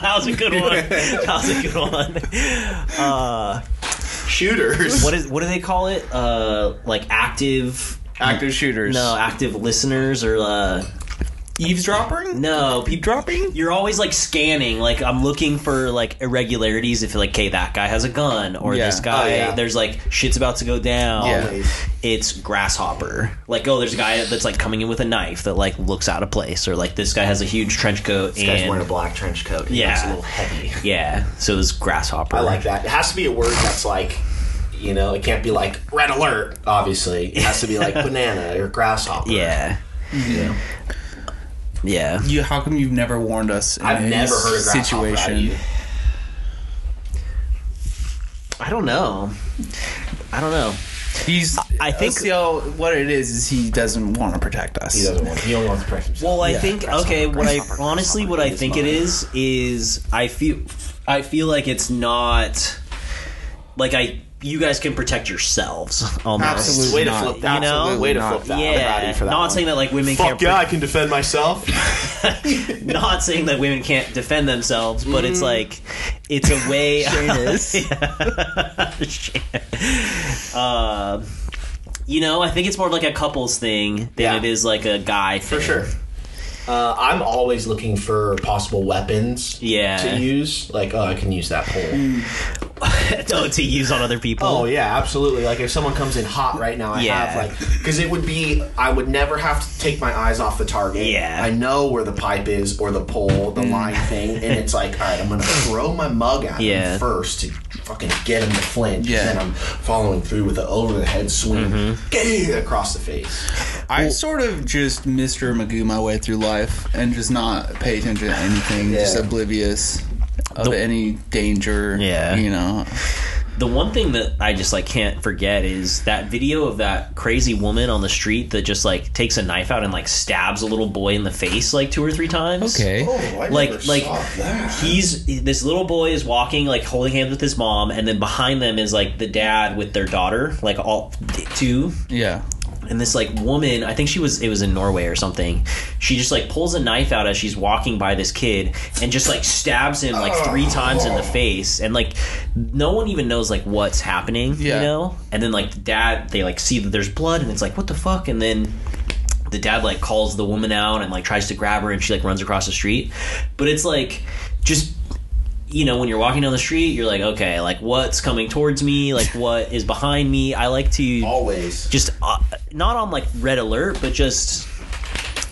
Speaker 2: that was a good one that was a good one uh
Speaker 4: Shooters.
Speaker 2: what is what do they call it uh like active
Speaker 3: Active shooters.
Speaker 2: no active listeners or uh
Speaker 3: Eavesdropping?
Speaker 2: No, peep
Speaker 3: Dropping?
Speaker 2: You're always like scanning. Like I'm looking for like irregularities. If like, okay, that guy has a gun, or
Speaker 3: Yeah.
Speaker 2: this guy,
Speaker 4: Oh, yeah.
Speaker 2: there's like shit's about to go down.
Speaker 3: Yeah.
Speaker 4: Always.
Speaker 2: It's grasshopper. Like, oh, there's a guy that's like coming in with a knife that like looks out of place, or like this guy has a huge trench coat.
Speaker 4: This
Speaker 2: and,
Speaker 4: guy's wearing a black trench coat. He
Speaker 2: Yeah.
Speaker 4: looks a little heavy.
Speaker 2: yeah, so this grasshopper.
Speaker 4: I like that. It has to be a word that's like, you know, it can't be like red alert, obviously. It has to be like banana or grasshopper.
Speaker 2: Yeah.
Speaker 4: Yeah.
Speaker 2: Yeah.
Speaker 3: You, how come you've never warned us? In
Speaker 4: I've
Speaker 3: any
Speaker 4: never heard of grasshopper. How do
Speaker 3: situation.
Speaker 4: you-
Speaker 2: I don't know. I don't know.
Speaker 3: He's.
Speaker 2: I think-
Speaker 3: So what it is is he doesn't want to protect us.
Speaker 4: He doesn't want he only wants to protect himself.
Speaker 2: Well, I think okay. What I honestly, what I think it is, is I feel, I feel like it's not, like I, you guys can protect yourselves almost.
Speaker 3: Absolutely
Speaker 4: Way to
Speaker 3: not.
Speaker 4: flip that.
Speaker 2: You know?
Speaker 4: Absolutely way to
Speaker 3: not.
Speaker 4: flip that. I'm proud of
Speaker 2: Yeah,
Speaker 4: you for that
Speaker 2: not
Speaker 4: one.
Speaker 2: saying that like women can't. pro-
Speaker 4: Oh, I can defend myself.
Speaker 2: not saying that women can't defend themselves, but it's like it's a way. Shame. uh, you know, I think it's more of like a couples thing than
Speaker 4: Yeah.
Speaker 2: it is like a guy thing.
Speaker 4: For sure. Uh, I'm always looking for possible weapons
Speaker 2: Yeah.
Speaker 4: to use. Like, oh, I can use that pole.
Speaker 2: to, Oh, to use on other people.
Speaker 4: Oh yeah, absolutely. Like if someone comes in hot right now, I
Speaker 2: Yeah.
Speaker 4: have like because it would be I would never have to take my eyes off the target.
Speaker 2: Yeah. Mm.
Speaker 4: I know where the pipe is or the pole, the line thing, and it's like all right, I'm gonna throw my mug at
Speaker 2: Yeah.
Speaker 4: him first to fucking get him to flinch.
Speaker 3: Yeah.
Speaker 4: And then I'm following through with an over the head swing,
Speaker 2: Mm-hmm.
Speaker 4: get it across the face.
Speaker 3: I sort of just Mr. Magoo my way through life and just not pay attention to anything, just
Speaker 4: Yeah.
Speaker 3: oblivious of any danger.
Speaker 2: Yeah.
Speaker 3: You know.
Speaker 2: The one thing that I just like can't forget is that video of that crazy woman on the street that just like takes a knife out and like stabs a little boy in the face like two or three times.
Speaker 3: Oh,
Speaker 4: I
Speaker 2: Like- never like, saw He's this little boy is walking like holding hands with his mom and then behind them is like the dad with their daughter like all two
Speaker 3: Yeah.
Speaker 2: and this like woman i think she was it was in norway or something she just like pulls a knife out as she's walking by this kid and just like stabs him like three times in the face and like no one even knows like what's happening
Speaker 3: Yeah.
Speaker 2: you know and then like the dad they like see that there's blood and it's like what the fuck and then the dad like calls the woman out and like tries to grab her and she like runs across the street but it's like just you know when you're walking down the street you're like okay like what's coming towards me like what is behind me i like to
Speaker 4: always.
Speaker 2: just uh, not on like red alert, but just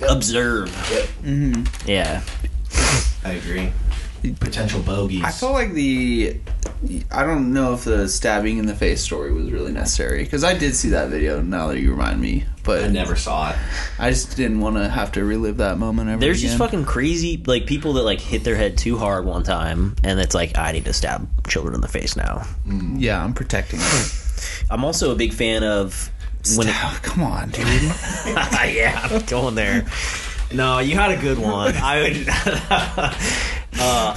Speaker 2: observe.
Speaker 4: Yep.
Speaker 2: Yeah,
Speaker 4: I agree. potential bogeys.
Speaker 3: I felt like the. I don't know if the stabbing in the face story was really necessary because I did see that video. Now that you remind me, but
Speaker 4: I never saw it.
Speaker 3: I just didn't want to have to relive that moment ever
Speaker 2: There's
Speaker 3: again.
Speaker 2: just fucking crazy like people that like hit their head too hard one time, and it's like I need to stab children in the face now.
Speaker 3: yeah, I'm protecting. it.
Speaker 2: I'm also a big fan of when. It,
Speaker 3: Oh, come on, dude.
Speaker 2: yeah, I'm going there. No, you had a good one. I would. uh,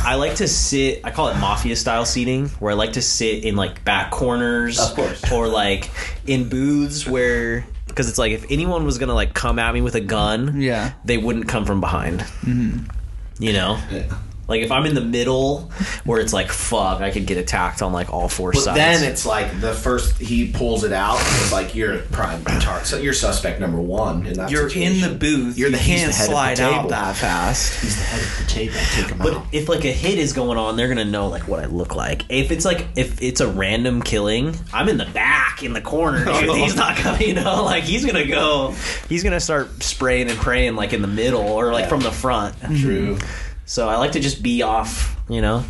Speaker 2: I like to sit. I call it mafia style seating, where I like to sit in like back corners,
Speaker 4: Of course.
Speaker 2: or like in booths where. Because it's like if anyone was gonna like come at me with a gun,
Speaker 3: Yeah. Mm-hmm.
Speaker 2: they wouldn't come from behind. You know,
Speaker 4: Yeah.
Speaker 2: like if I'm in the middle, where it's like fuck, I could get attacked on like all four
Speaker 4: But
Speaker 2: sides.
Speaker 4: then it's like the first he pulls it out. and It's like you're prime target. So you're suspect number one in that.
Speaker 3: You're in
Speaker 4: situation.
Speaker 3: the booth.
Speaker 4: You're the
Speaker 3: you
Speaker 4: he's
Speaker 3: can't
Speaker 4: the head of the
Speaker 3: slide out
Speaker 4: table.
Speaker 3: that fast.
Speaker 4: He's the head of the table. Take him
Speaker 2: But
Speaker 4: out.
Speaker 2: if like a hit is going on, they're gonna know like what I look like. If it's like if it's a random killing, I'm in the back in the corner. dude. he's not coming, you know. Like he's gonna go, he's gonna start spraying and praying like in the middle or like from the front.
Speaker 4: True.
Speaker 2: So I like to just be off, you know,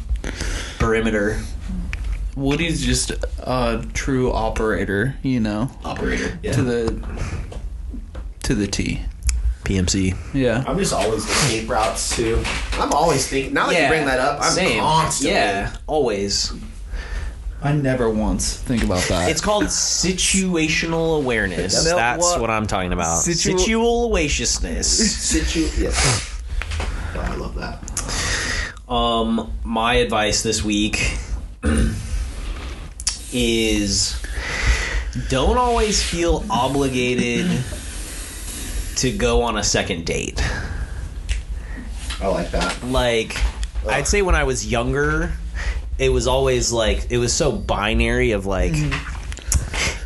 Speaker 2: perimeter.
Speaker 3: Woody's just a true operator, you know,
Speaker 4: Operator. Yeah.
Speaker 3: to the to the T.
Speaker 2: PMC.
Speaker 3: Yeah.
Speaker 4: I'm just always escape routes too. I'm always thinking. Now that you
Speaker 3: Yeah,
Speaker 4: bring that up, I'm
Speaker 3: same.
Speaker 4: constantly.
Speaker 2: Yeah, always.
Speaker 3: I never once think about that.
Speaker 2: It's called situational awareness.
Speaker 3: Now,
Speaker 2: That's
Speaker 3: what-
Speaker 2: what I'm talking about.
Speaker 3: Situ-
Speaker 2: Situal awaciousness.
Speaker 4: Situ. Yes. Oh, I love that.
Speaker 2: Um, my advice this week is don't always feel obligated to go on a second date.
Speaker 4: I like that.
Speaker 2: Like, I'd say when I was younger, it was always like, it was so binary of like,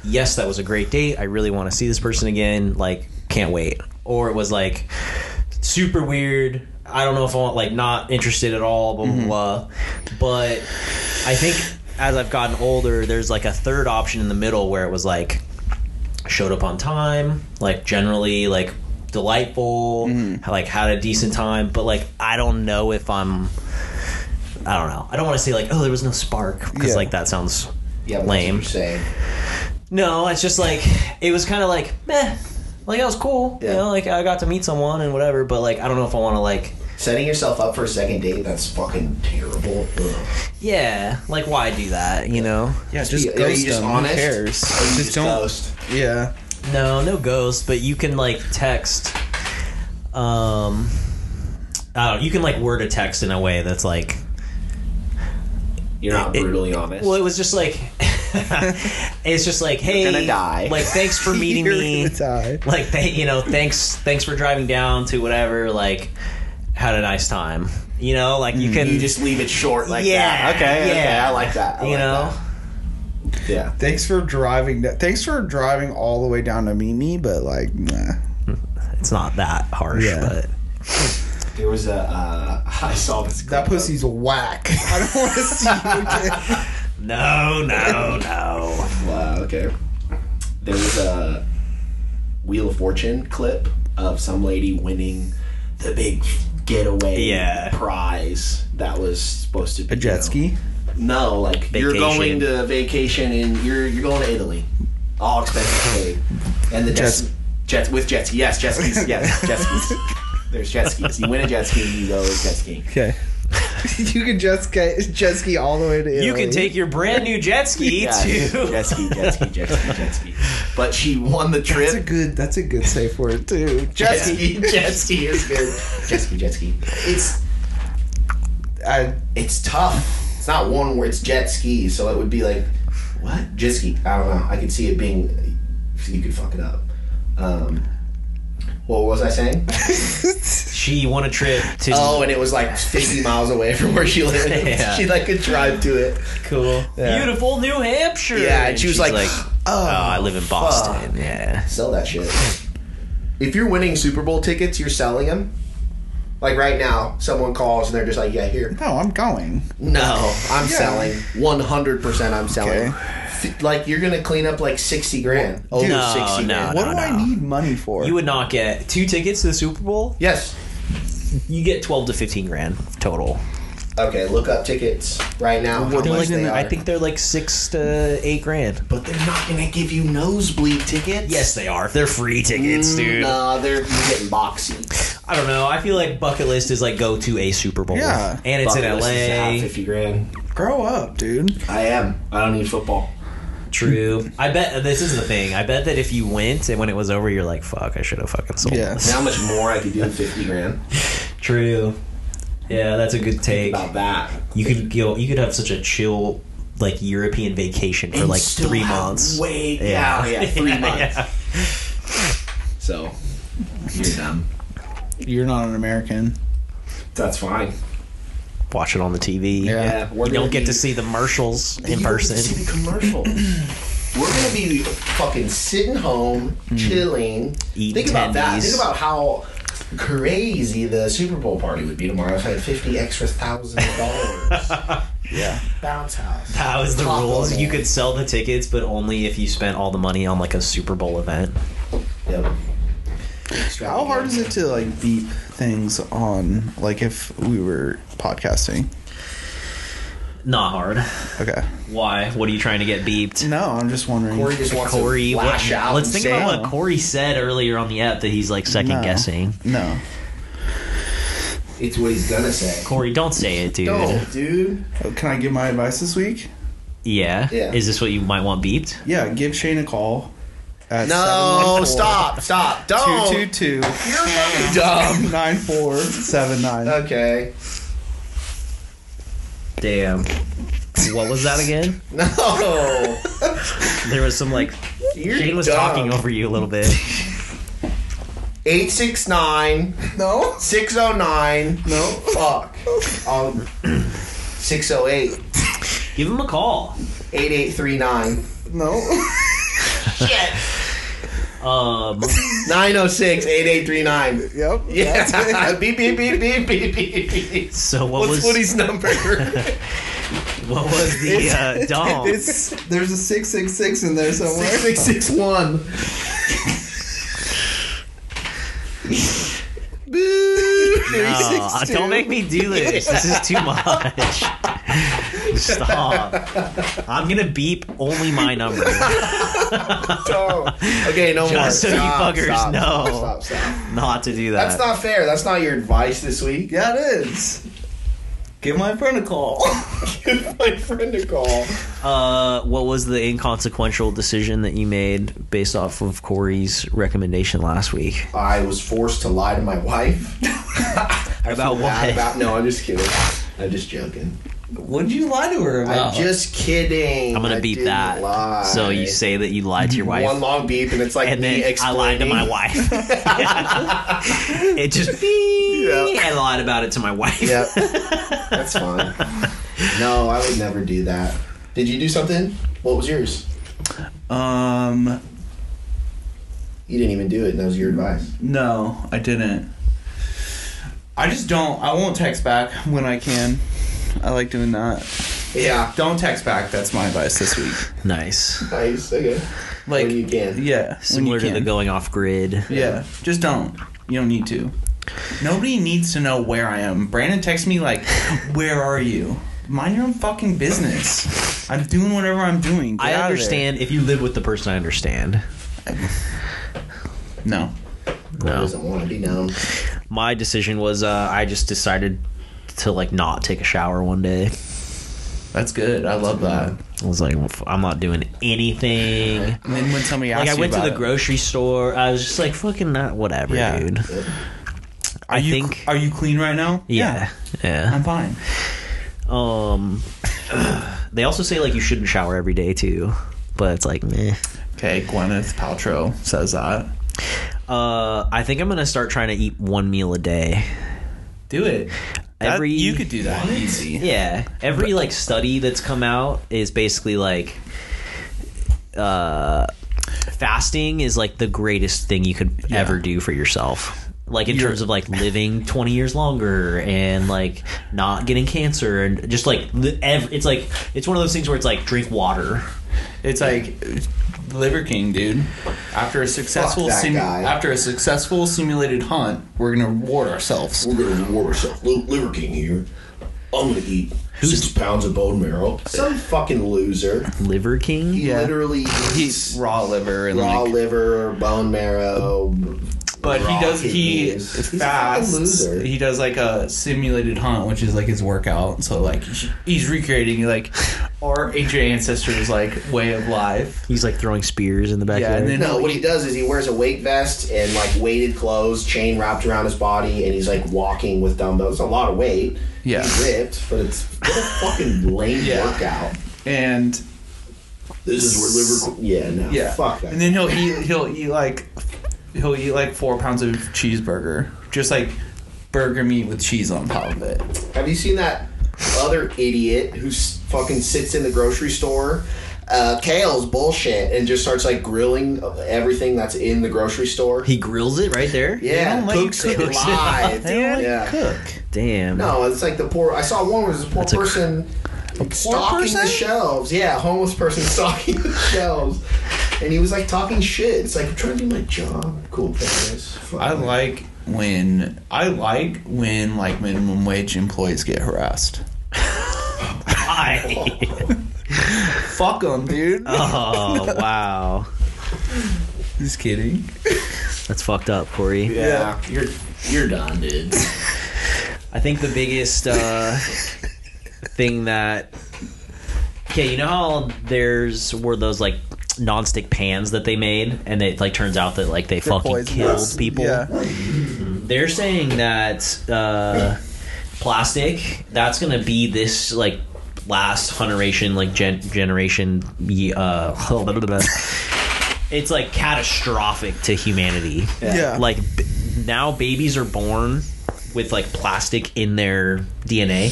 Speaker 2: yes, that was a great date. I really want to see this person again. Like, can't wait. Or it was like, super weird. I don't know if I want, like, not interested at all, blah, blah, blah. But I think as I've gotten older, there's like a third option in the middle where it was like, showed up on time, like, generally, like, delightful, like, had a decent time. But, like, I don't know if I'm. I don't know. I don't want to say like, oh, there was no spark because
Speaker 5: Yeah.
Speaker 2: like that sounds
Speaker 4: Yeah. but that's what
Speaker 2: lame.
Speaker 4: You're saying.
Speaker 2: No, it's just like it was kind of like meh, like that was cool. You
Speaker 4: Yeah.
Speaker 2: know, like I got to meet someone and whatever, but like I don't know if I want to like
Speaker 4: Setting yourself up for a second date, that's fucking terrible. Ugh.
Speaker 2: yeah, like why do that? You know?
Speaker 5: Yeah, just
Speaker 4: be- are you
Speaker 5: ghost
Speaker 4: just
Speaker 5: them. Who
Speaker 4: honest?
Speaker 5: cares?
Speaker 4: Or you
Speaker 5: Just,
Speaker 4: just
Speaker 5: don't.
Speaker 4: ghost.
Speaker 5: Yeah.
Speaker 2: No, no ghost, but you can like text. Um, I don't. know, You can like word a text in a way that's like.
Speaker 4: You're not
Speaker 2: It- it-
Speaker 4: brutally honest.
Speaker 2: Well, it was just like. it's just like hey,
Speaker 4: gonna die.
Speaker 2: like thanks for meeting
Speaker 5: You're
Speaker 2: me.
Speaker 5: gonna die.
Speaker 2: like thank you know thanks thanks for driving down to whatever like had a nice time you know like
Speaker 5: Mm-hmm.
Speaker 2: you can
Speaker 4: you just leave it short like
Speaker 2: Yeah,
Speaker 4: that. Okay, okay,
Speaker 2: yeah.
Speaker 4: I like that. I
Speaker 2: you
Speaker 4: like
Speaker 2: know
Speaker 4: that. yeah.
Speaker 5: Thanks for driving. da- Thanks for driving all the way down to meet me, but like, nah.
Speaker 2: it's not that harsh
Speaker 5: Yeah.
Speaker 2: but
Speaker 4: There was a uh, I saw this. clip
Speaker 5: That
Speaker 4: of-
Speaker 5: pussy's whack. I don't want to see you again.
Speaker 2: no no no
Speaker 4: Wow. Uh, Okay. There was a Wheel of Fortune clip of some lady winning the big getaway
Speaker 2: Yeah.
Speaker 4: prize that was supposed to be
Speaker 5: A
Speaker 4: you
Speaker 5: jet
Speaker 4: know-
Speaker 5: ski.
Speaker 4: No, like you're
Speaker 2: Vacation.
Speaker 4: going to vacation and you're you're going to Italy, all expenses paid, and the jet
Speaker 5: Jets-
Speaker 4: ski- jets with jet skis. Yes, jet skis. Yes, jet skis. There's jet skis. You win a jet ski, you go jet skiing.
Speaker 5: Okay. you can jet ski, jet ski all the way to Italy.
Speaker 2: you can take your brand new jet ski
Speaker 4: Yeah,
Speaker 2: to
Speaker 4: jet ski, jet ski, jet ski, jet ski. But she won the trip.
Speaker 5: That's a good. That's a good safe word too. Jet
Speaker 4: jet ski, jet ski is good. Jet ski, jet ski. It's
Speaker 5: I,
Speaker 4: it's tough. It's not one where it's jet ski, so it would be like what jet ski? I don't know. I could see it being you could fuck it up. Um, what was I saying?
Speaker 2: she won a trip to
Speaker 4: Oh, and it was like 50 miles away from where she lived.
Speaker 2: Yeah.
Speaker 4: She like could drive to it.
Speaker 2: cool
Speaker 5: Yeah.
Speaker 2: beautiful new hampshire
Speaker 4: Yeah, and she was
Speaker 2: she's
Speaker 4: like,
Speaker 2: oh, i live in boston
Speaker 4: fuck."
Speaker 2: yeah
Speaker 4: Sell that shit. If you're winning Super Bowl tickets, you're selling them. Like right now, someone calls and they're just like, "Yeah, here."
Speaker 5: no, I'm going.
Speaker 4: No, I'm
Speaker 5: Yeah.
Speaker 4: selling 100. percent I'm selling.
Speaker 5: Okay.
Speaker 4: F Like you're gonna clean up like 60 grand. Over
Speaker 2: No,
Speaker 4: 60
Speaker 2: no.
Speaker 4: grand.
Speaker 5: What
Speaker 2: no,
Speaker 5: do
Speaker 2: no.
Speaker 5: I need money for?
Speaker 2: you would not get two tickets to the super bowl
Speaker 4: Yes.
Speaker 2: you get 12 to 15 grand total
Speaker 4: Okay, look up tickets right now. how
Speaker 2: They're like
Speaker 4: much
Speaker 2: in
Speaker 4: they
Speaker 2: the- I
Speaker 4: are.
Speaker 2: think they're like six to eight grand.
Speaker 4: but they're not gonna give you nosebleed tickets.
Speaker 2: Yes, they are. They're free tickets,
Speaker 4: Mm,
Speaker 2: dude.
Speaker 4: Nah, they're you're getting boxy.
Speaker 2: I don't know. I feel like bucket list is like go to a Super Bowl.
Speaker 5: Yeah.
Speaker 2: and it's in LA.
Speaker 4: Fifty grand.
Speaker 5: Grow up, dude.
Speaker 4: I am. I don't need football.
Speaker 2: True. I bet this is the thing. I bet that if you went and when it was over, you're like, "Fuck, I should have fucking sold."
Speaker 5: Yeah.
Speaker 4: And how much more I could do with fifty grand?
Speaker 2: True. Yeah, that's a good take.
Speaker 4: About that.
Speaker 2: You could you, know, you could have such a chill like European vacation for
Speaker 4: And
Speaker 2: like
Speaker 4: still
Speaker 2: three
Speaker 4: have
Speaker 2: months.
Speaker 4: Way yeah, oh, yeah, three months.
Speaker 2: Yeah.
Speaker 4: So you're dumb.
Speaker 5: You're not an American.
Speaker 4: That's fine.
Speaker 2: Watch it on the TV.
Speaker 5: Yeah.
Speaker 4: Yeah, we're
Speaker 2: You
Speaker 4: gonna
Speaker 2: don't get
Speaker 4: be-
Speaker 2: to see the commercials in
Speaker 4: You don't get to
Speaker 2: person.
Speaker 4: see the commercial. We're gonna be fucking sitting home, chilling.
Speaker 2: Eat
Speaker 4: Think about that.
Speaker 2: tendies.
Speaker 4: Think about how crazy the Super Bowl party would be tomorrow. If I had fifty extra thousand dollars.
Speaker 5: Yeah.
Speaker 4: Bounce house.
Speaker 2: That was the
Speaker 4: Taco
Speaker 2: rules.
Speaker 4: Bowl.
Speaker 2: You could sell the tickets, but only if you spent all the money on like a Super Bowl event.
Speaker 4: Yep.
Speaker 5: How hard is it to like beep things on like if we were podcasting?
Speaker 2: Not hard.
Speaker 5: Okay.
Speaker 2: Why? What are you trying to get beeped?
Speaker 5: No, I'm just wondering.
Speaker 4: Corey just wants
Speaker 2: Corey,
Speaker 4: to
Speaker 2: what,
Speaker 4: lash out.
Speaker 2: let's
Speaker 4: and
Speaker 2: think
Speaker 4: say,
Speaker 2: about
Speaker 5: no.
Speaker 2: what Corey said earlier on the app that he's like second
Speaker 5: No.
Speaker 2: guessing.
Speaker 5: No.
Speaker 4: It's what he's gonna say.
Speaker 2: Corey, don't say it, dude.
Speaker 4: No, dude.
Speaker 5: Oh, Can I give my advice this week?
Speaker 2: Yeah.
Speaker 4: Yeah.
Speaker 2: Is this what you might want beeped?
Speaker 5: Yeah, give Shane a call. At
Speaker 4: No, stop, stop. Don't.
Speaker 5: 222
Speaker 4: You're fucking dumb.
Speaker 5: 9479.
Speaker 4: Okay.
Speaker 2: Damn. What was that again?
Speaker 4: No.
Speaker 2: There was some like
Speaker 4: Oh. You're
Speaker 2: Shane was
Speaker 4: dumb.
Speaker 2: talking over you a little bit.
Speaker 4: 869
Speaker 5: No?
Speaker 4: 609
Speaker 5: No.
Speaker 4: fuck um, 608
Speaker 2: Give him a call.
Speaker 4: 8839
Speaker 5: No.
Speaker 2: Um,
Speaker 4: 906 8839
Speaker 5: Yep. That's it.
Speaker 4: yeah beep beep beep beep beep beep beep
Speaker 2: so what
Speaker 4: what's
Speaker 2: was
Speaker 4: Woody's number
Speaker 2: what was the uh, dom?
Speaker 5: It's there's a 666 in there somewhere.
Speaker 4: 6661
Speaker 2: No,
Speaker 5: 362.
Speaker 2: Uh, don't make me do this. This is too much. Stop. I'm gonna beep only my number.
Speaker 4: okay no more
Speaker 2: Just so you
Speaker 4: Stop,
Speaker 2: fuckers
Speaker 4: stop,
Speaker 2: know.
Speaker 4: stop, stop, stop.
Speaker 2: Not to do that.
Speaker 4: that's not fair that's not your advice this week
Speaker 5: Yeah, it is. Give my friend a call.
Speaker 4: give my friend a call
Speaker 2: uh, what was the inconsequential decision that you made based off of Corey's recommendation last week?
Speaker 4: I was forced to lie to my wife. I
Speaker 2: About
Speaker 4: feel bad
Speaker 2: what?
Speaker 4: About, no, I'm just kidding. I'm just joking.
Speaker 5: What'd you lie to her
Speaker 4: I'm just kidding.
Speaker 2: Oh. I'm gonna
Speaker 4: I
Speaker 2: beep
Speaker 4: didn't
Speaker 2: that.
Speaker 4: lie.
Speaker 2: So you say that you lied to your wife,
Speaker 4: one long beep, and it's like
Speaker 2: and
Speaker 4: me
Speaker 2: then I lied to
Speaker 4: explaining.
Speaker 2: my wife. it just beep,
Speaker 4: Yeah.
Speaker 2: and I lied about it to my wife.
Speaker 4: Yep, that's fine. No, I would never do that. Did you do something? What was yours?
Speaker 3: Um,
Speaker 4: You didn't even do it, and that was your advice.
Speaker 3: no, I didn't. I just don't. I won't text back when I can. I like doing that.
Speaker 4: Yeah,
Speaker 3: Don't text back. That's my advice this week.
Speaker 2: Nice.
Speaker 4: nice. Okay,
Speaker 3: Like,
Speaker 4: when you can.
Speaker 3: yeah, when you
Speaker 2: Similar to
Speaker 3: can.
Speaker 2: the going off grid.
Speaker 3: Yeah, just don't. You don't need to. Nobody needs to know where I am. Brandon texts me like, "Where are you?" Mind your own fucking business. I'm doing whatever I'm doing. Get
Speaker 2: I
Speaker 3: out of there.
Speaker 2: understand if you live with the person. I understand.
Speaker 3: No.
Speaker 4: Who
Speaker 2: No,
Speaker 4: doesn't want to be known?
Speaker 2: my decision was uh, I just decided to like not take a shower one day.
Speaker 3: That's good. I love that.
Speaker 2: I was like, "Well, f- I'm not doing anything.
Speaker 3: And then when somebody asks
Speaker 2: Like I
Speaker 3: you
Speaker 2: went to
Speaker 3: about
Speaker 2: the
Speaker 3: it,
Speaker 2: grocery store. I was just like, fucking not whatever,
Speaker 3: Yeah.
Speaker 2: dude.
Speaker 3: are
Speaker 2: I
Speaker 3: you
Speaker 2: think-
Speaker 3: are you clean right now?
Speaker 2: Yeah. yeah.
Speaker 3: I'm fine.
Speaker 2: Um, they also say like you shouldn't shower every day too, but it's like meh.
Speaker 3: Okay, Gwyneth Paltrow says that.
Speaker 2: Uh, I think I'm gonna start trying to eat one meal a day.
Speaker 3: Do it.
Speaker 2: Every-
Speaker 3: that, you could do that easy.
Speaker 2: Yeah, every like study that's come out is basically like, uh, fasting is like the greatest thing you could ever do for yourself. Like in
Speaker 3: You're-
Speaker 2: terms of like living 20 years longer and like not getting cancer and just like the, ev- it's like it's one of those things where it's like drink water.
Speaker 3: It's like Liver King, dude. After a successful
Speaker 4: that
Speaker 3: simu-
Speaker 4: guy.
Speaker 3: after a successful simulated hunt, we're gonna reward ourselves.
Speaker 4: We're gonna reward ourselves. Liver King here.
Speaker 1: I'm gonna eat six pounds of bone marrow.
Speaker 4: Some fucking loser.
Speaker 2: Liver King.
Speaker 4: He
Speaker 3: Yeah.
Speaker 4: literally
Speaker 3: He's
Speaker 4: eats
Speaker 3: raw liver and
Speaker 4: raw
Speaker 3: like,
Speaker 4: liver, bone marrow.
Speaker 3: but he
Speaker 4: raw
Speaker 3: does he
Speaker 4: kidneys. He's a fucking
Speaker 3: fasts.
Speaker 4: loser.
Speaker 3: He does like a simulated hunt, which is like his workout. So like he's recreating like our ancient ancestors' like way of life.
Speaker 2: He's like throwing spears in the backyard.
Speaker 3: Yeah, and then
Speaker 4: No,
Speaker 3: he'll
Speaker 4: what he
Speaker 3: eat-
Speaker 4: does is he wears a weight vest and like weighted clothes, chain wrapped around his body, and he's like walking with dumbbells. It's a lot of weight.
Speaker 3: Yeah.
Speaker 4: He's ripped, but it's what a fucking lame
Speaker 3: Yeah.
Speaker 4: workout.
Speaker 3: and
Speaker 4: This is where liver. Yeah, no.
Speaker 3: yeah,
Speaker 4: Fuck that.
Speaker 3: And then he'll eat he'll eat like he'll eat like four pounds of cheeseburger, just like burger meat with cheese on top of it.
Speaker 4: Have you seen that other idiot who s- fucking sits in the grocery store? Uh, kale's bullshit and just starts like grilling everything that's in the grocery store.
Speaker 2: He grills it right there.
Speaker 4: yeah,
Speaker 3: don't let you
Speaker 4: cooks it
Speaker 2: cook it.
Speaker 4: live.
Speaker 2: They don't let you
Speaker 4: yeah.
Speaker 3: Cook.
Speaker 2: Damn.
Speaker 4: No, it's like the poor. I saw one where it was a poor
Speaker 2: a cr-
Speaker 4: person stalking
Speaker 3: person?
Speaker 4: the shelves. Yeah, a homeless person stalking the shelves, and he was like talking shit. It's like I'm trying to do my job. Cool, guys. Fuck.
Speaker 3: I like when I like when like minimum wage employees get harassed.
Speaker 2: I-
Speaker 3: Fuck them, dude.
Speaker 2: oh wow.
Speaker 3: Just kidding.
Speaker 2: That's fucked up, Corey.
Speaker 4: Yeah.
Speaker 1: You're you're done, dude.
Speaker 2: I think the biggest uh, thing that okay, you know how there's were those like nonstick pans that they made, and it like turns out that like they fucking
Speaker 3: poisonous.
Speaker 2: killed people.
Speaker 3: Yeah.
Speaker 2: They're saying that uh, plastic that's gonna be this like last generation like gen- generation ye- uh, it's like catastrophic to humanity
Speaker 3: Yeah.
Speaker 2: like b- now babies are born with like plastic in their DNA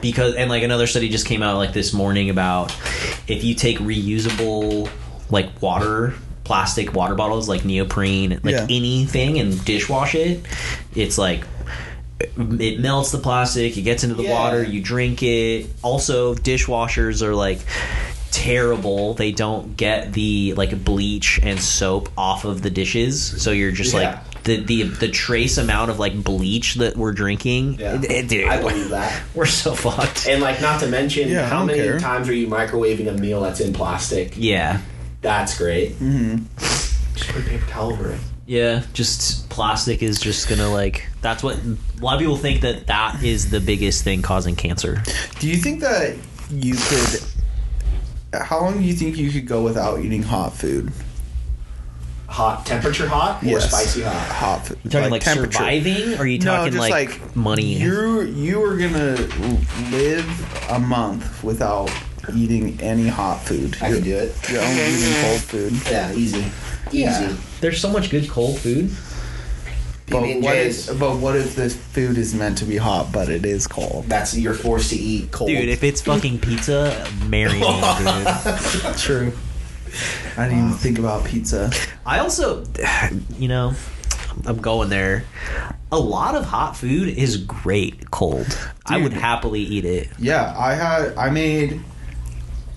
Speaker 2: because and like another study just came out like this morning about if you take reusable like water plastic water bottles like neoprene like
Speaker 3: Yeah.
Speaker 2: anything and dishwash it it's like it melts the plastic it gets into the
Speaker 4: Yeah.
Speaker 2: water you drink it also dishwashers are like terrible they don't get the like bleach and soap off of the dishes so you're just
Speaker 4: Yeah.
Speaker 2: like the, the the trace amount of like bleach that we're drinking
Speaker 4: Yeah.
Speaker 2: it- it- dude,
Speaker 4: I believe that.
Speaker 2: we're so fucked.
Speaker 4: And like, not to mention,
Speaker 3: Yeah, I
Speaker 4: how
Speaker 3: don't
Speaker 4: many
Speaker 3: care.
Speaker 4: times are you microwaving a meal that's in plastic?
Speaker 2: Yeah.
Speaker 4: That's great. Mm-hmm. Just put a paper towel over it.
Speaker 2: Yeah, just plastic is just gonna like. That's what a lot of people think that that is the biggest thing causing cancer.
Speaker 3: Do you think that you could? How long do you think you could go without eating hot food?
Speaker 4: Hot temperature, hot or spicy hot.
Speaker 3: Hot food.
Speaker 2: You talking like,
Speaker 3: temperature.
Speaker 2: surviving? Or are you
Speaker 3: No,
Speaker 2: talking
Speaker 3: just
Speaker 2: like,
Speaker 3: like,
Speaker 2: money?
Speaker 3: You you are gonna live a month without eating any hot food.
Speaker 4: I
Speaker 3: You're,
Speaker 4: can do it.
Speaker 3: you're only eating cold food.
Speaker 4: Yeah, easy. Easy.
Speaker 2: There's so much good cold food.
Speaker 3: But what,
Speaker 4: PB&Js.
Speaker 3: if, but what if the food is meant to be hot but it is cold?
Speaker 4: That's you're forced to eat cold.
Speaker 2: Dude, if it's fucking pizza, marry me, dude.
Speaker 3: True. I didn't even think about pizza.
Speaker 2: I also, you know, I'm going there. A lot of hot food is great cold. I would
Speaker 3: Dude.
Speaker 2: happily eat it.
Speaker 3: Yeah, I had I made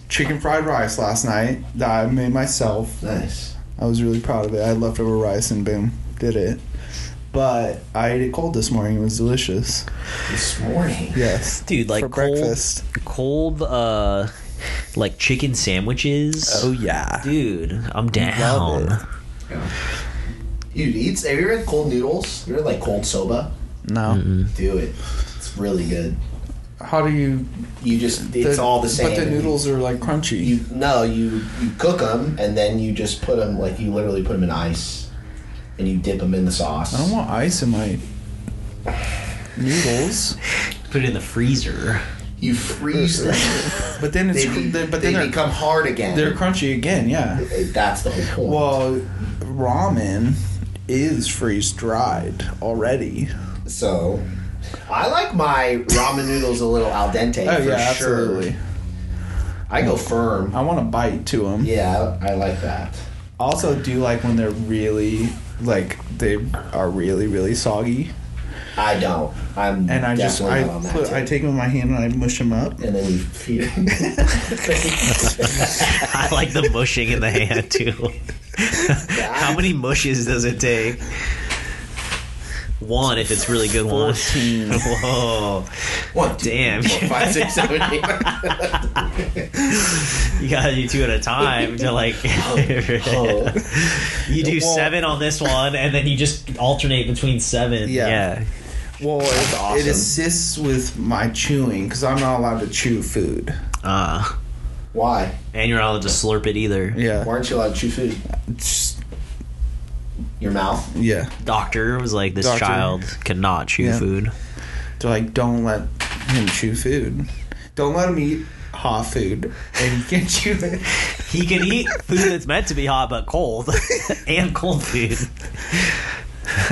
Speaker 3: chicken fried rice last night that I made myself.
Speaker 4: nice.
Speaker 3: I was really proud of it. I had leftover rice and boom, did it. But I ate it cold this morning. It was delicious.
Speaker 4: This morning.
Speaker 3: Yes.
Speaker 2: Dude, like
Speaker 3: For
Speaker 2: cold,
Speaker 3: breakfast.
Speaker 2: cold, uh, like chicken sandwiches.
Speaker 3: Oh yeah.
Speaker 2: Dude, I'm down.
Speaker 3: it.
Speaker 4: Dude, eats. Have you ever had cold noodles? You ever had like cold soba?
Speaker 3: No.
Speaker 4: Do it. It's really good.
Speaker 3: How do you?
Speaker 4: You just it's
Speaker 3: the-
Speaker 4: all the same.
Speaker 3: But the noodles are like crunchy.
Speaker 4: You no, you you cook them and then you just put them like you literally put them in ice, and you dip them in the sauce.
Speaker 3: I don't want ice in my noodles.
Speaker 2: Put it in the freezer.
Speaker 4: you freeze them.
Speaker 3: But then it's
Speaker 4: they,
Speaker 3: cr-
Speaker 4: be-
Speaker 3: they- but
Speaker 4: they
Speaker 3: then they're
Speaker 4: become hard again.
Speaker 3: they're crunchy again. Yeah.
Speaker 4: That's the whole point.
Speaker 3: Well, ramen is freeze dried already.
Speaker 4: so. I like my ramen noodles a little al dente.
Speaker 3: Oh
Speaker 4: for
Speaker 3: yeah,
Speaker 4: sure.
Speaker 3: absolutely.
Speaker 4: I go firm.
Speaker 3: I want a bite to them.
Speaker 4: Yeah, I I like that.
Speaker 3: Also, do like when they're really like they are really really soggy,
Speaker 4: I don't. I'm
Speaker 3: and I just
Speaker 4: definitely
Speaker 3: I
Speaker 4: not on that
Speaker 3: put,
Speaker 4: tip.
Speaker 3: I take them in my hand and I mush them up.
Speaker 4: and then you feed it.
Speaker 2: I like the mushing in the hand too. How many mushes does it take? One if it's really good one. Whoa.
Speaker 4: One, two,
Speaker 2: Damn.
Speaker 4: four, five, six, seven, eight.
Speaker 2: You gotta do two at a time to like.
Speaker 4: Oh,
Speaker 2: you do
Speaker 5: Well-
Speaker 2: seven on this one, and then you just alternate between seven.
Speaker 5: Yeah.
Speaker 2: Yeah.
Speaker 5: Well, it,
Speaker 4: awesome.
Speaker 5: it assists with my chewing because I'm not allowed to chew food.
Speaker 2: Uh,
Speaker 4: Why?
Speaker 2: and you're not allowed to slurp it either.
Speaker 4: Why
Speaker 5: Yeah.
Speaker 4: aren't you allowed to chew food?
Speaker 5: It's-
Speaker 4: Your mouth.
Speaker 5: yeah.
Speaker 2: Doctor was like, this
Speaker 5: Doctor.
Speaker 2: child cannot chew
Speaker 5: Yeah.
Speaker 2: food.
Speaker 5: They're like, don't let him chew food. Don't let him eat hot food and he can chew it.
Speaker 2: He can eat food that's meant to be hot but cold, and cold food.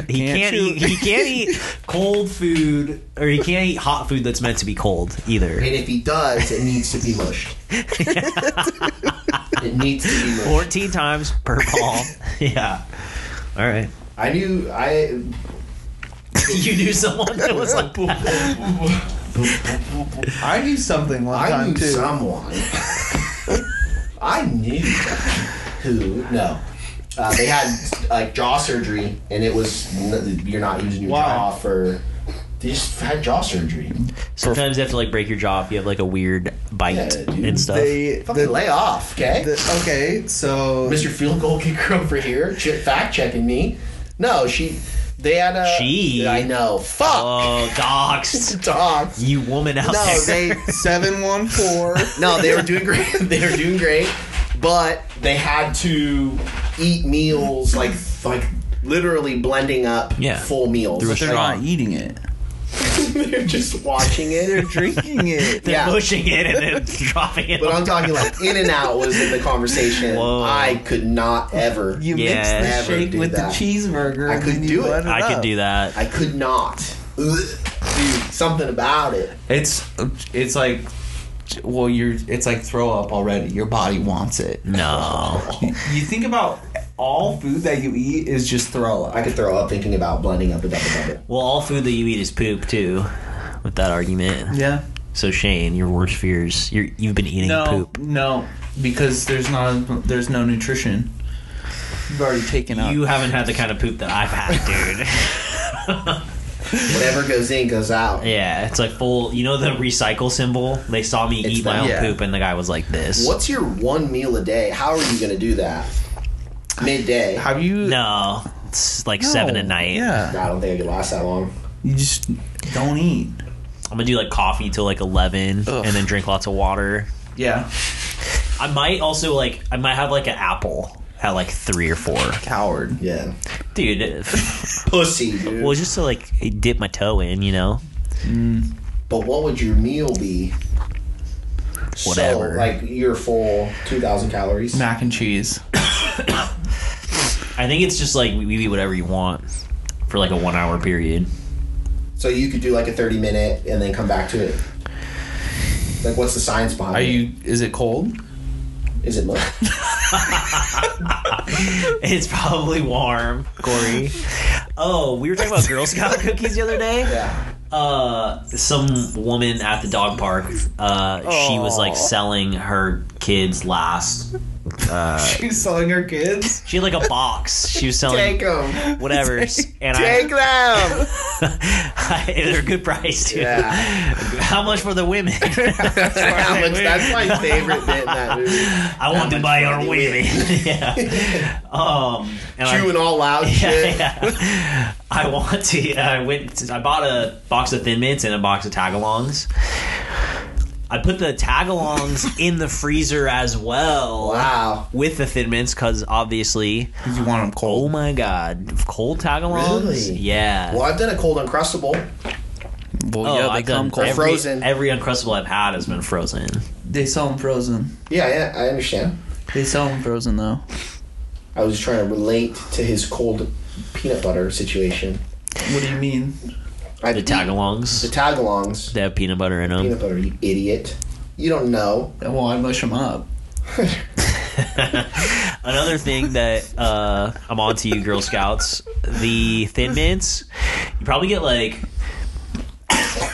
Speaker 2: He
Speaker 5: Can't
Speaker 2: can't,
Speaker 5: chew-
Speaker 2: eat. He can't eat cold food, or he can't eat hot food that's meant to be cold either,
Speaker 4: And if he does, it needs to be mushed. it needs to be mushed.
Speaker 2: fourteen times per ball. Yeah. All right.
Speaker 4: I knew I.
Speaker 2: You knew someone that was like,
Speaker 5: I knew something one
Speaker 4: I
Speaker 5: time
Speaker 4: knew
Speaker 5: too.
Speaker 4: someone. I knew who. No. Uh, they had like jaw surgery, and it was n- you're not using your
Speaker 5: Why?
Speaker 4: jaw for. They just had jaw surgery.
Speaker 2: Sometimes you have to like break your jaw if you have like a weird bite
Speaker 4: Yeah, dude.
Speaker 2: and stuff.
Speaker 5: They,
Speaker 4: Fucking
Speaker 5: the,
Speaker 4: lay off, okay?
Speaker 5: the, okay, so
Speaker 4: Mr. Field Goal Kicker over here, ch- fact checking me. No, she. They had a.
Speaker 2: She?
Speaker 4: I know. Fuck.
Speaker 2: oh, doxed.
Speaker 4: dogs.
Speaker 2: You woman out
Speaker 4: No,
Speaker 2: there.
Speaker 4: they.
Speaker 5: seven one four.
Speaker 4: No, they were doing great. they were doing great, but they had to eat meals like like literally blending up
Speaker 2: Yeah.
Speaker 4: full meals.
Speaker 2: Through a
Speaker 4: Like,
Speaker 2: straw.
Speaker 5: eating it.
Speaker 4: they're just watching
Speaker 5: They're
Speaker 4: it.
Speaker 5: drinking it.
Speaker 2: They're
Speaker 4: yeah.
Speaker 2: pushing it and then dropping it.
Speaker 4: But I'm talking like in and out was in the conversation.
Speaker 2: Whoa.
Speaker 4: I could not ever.
Speaker 5: You
Speaker 2: Yeah.
Speaker 5: mix
Speaker 4: Never
Speaker 5: the shake
Speaker 4: do
Speaker 5: with
Speaker 4: that.
Speaker 5: the cheeseburger.
Speaker 4: I
Speaker 5: and
Speaker 4: could
Speaker 5: then
Speaker 4: do
Speaker 5: you
Speaker 4: it.
Speaker 5: let
Speaker 2: I could
Speaker 5: up.
Speaker 2: do that.
Speaker 4: I could not. Ugh. Dude, something about it.
Speaker 5: It's it's like well, you're it's like throw up already. Your body wants it.
Speaker 2: no.
Speaker 5: You think about all food that you eat is just throw up.
Speaker 4: I could throw up thinking about blending up a double double.
Speaker 2: Well, all food that you eat is poop too. With that argument.
Speaker 5: Yeah.
Speaker 2: So Shane, your worst fears. You're, you've been eating
Speaker 3: No,
Speaker 2: poop.
Speaker 3: no,
Speaker 5: Because there's not there's no nutrition. You've already taken up.
Speaker 2: You haven't had the kind of poop that I've had, dude.
Speaker 4: Whatever goes in goes out.
Speaker 2: yeah, it's like full. You know the recycle symbol. They saw me
Speaker 4: It's
Speaker 2: eat my
Speaker 4: the-
Speaker 2: own
Speaker 5: yeah.
Speaker 2: poop, and the guy was like, "This."
Speaker 4: What's your one meal a day? How are you going to do that? Midday. I
Speaker 5: Have you
Speaker 2: No, it's like seven at night.
Speaker 5: Yeah.
Speaker 4: don't think I could last that long.
Speaker 5: You just don't eat.
Speaker 2: I'm gonna do like coffee till like eleven,
Speaker 5: Ugh.
Speaker 2: and then drink lots of water.
Speaker 5: Yeah.
Speaker 2: I might also like I might have like an apple at like three or four,
Speaker 5: Coward.
Speaker 4: Yeah.
Speaker 2: dude. if-
Speaker 4: Pussy, dude.
Speaker 2: well, just to like dip my toe in, you know.
Speaker 4: but what would your meal be?
Speaker 2: Whatever.
Speaker 4: So, like your full 2,000 calories.
Speaker 5: Mac and cheese.
Speaker 2: I think it's just like we we eat whatever you want for like a one hour period.
Speaker 4: So you could do like a 30 minute and then come back to it. Like, what's the science behind
Speaker 5: Are
Speaker 4: it?
Speaker 5: you is it cold?
Speaker 4: Is it milk?
Speaker 2: It's probably warm, Corey. Oh, we were talking about Girl Scout cookies the other day.
Speaker 4: yeah.
Speaker 2: uh some woman at the dog park uh she was like selling her kids last
Speaker 5: She's selling her kids.
Speaker 2: she had like a box she was selling
Speaker 4: them.
Speaker 2: whatever and
Speaker 4: them.
Speaker 2: i they're a good price too
Speaker 4: Yeah.
Speaker 2: how much for the women
Speaker 4: How much- that's my favorite bit in that movie.
Speaker 2: i want to buy your women yeah um and I-
Speaker 4: Chewing all loud shit.
Speaker 2: yeah, yeah. I want to. I went. I bought a box of Thin Mints and a box of Tagalongs. I put the Tagalongs in the freezer as well.
Speaker 4: Wow.
Speaker 2: With the Thin Mints, because obviously,
Speaker 5: Because you want them
Speaker 2: oh
Speaker 5: cold.
Speaker 2: my god, cold Tagalongs.
Speaker 4: Really?
Speaker 2: Yeah.
Speaker 4: Well, I've done a cold uncrustable.
Speaker 5: Well,
Speaker 2: Oh,
Speaker 5: yeah, they
Speaker 2: I've
Speaker 5: come
Speaker 2: done
Speaker 5: cold.
Speaker 2: every,
Speaker 4: Frozen.
Speaker 2: Every uncrustable I've had has been frozen.
Speaker 5: They sell them frozen.
Speaker 4: Yeah, yeah, I understand.
Speaker 5: They sell them frozen though.
Speaker 4: I was trying to relate to his cold peanut butter situation.
Speaker 5: What do you mean?
Speaker 4: I
Speaker 2: The
Speaker 4: The
Speaker 2: Tagalongs.
Speaker 4: tagalongs.
Speaker 2: They have peanut butter in them.
Speaker 4: Peanut butter, you idiot. You don't know.
Speaker 5: Well, I mush them up.
Speaker 2: Another thing that uh, I'm on to you, Girl Scouts, the Thin Mints, you probably get like,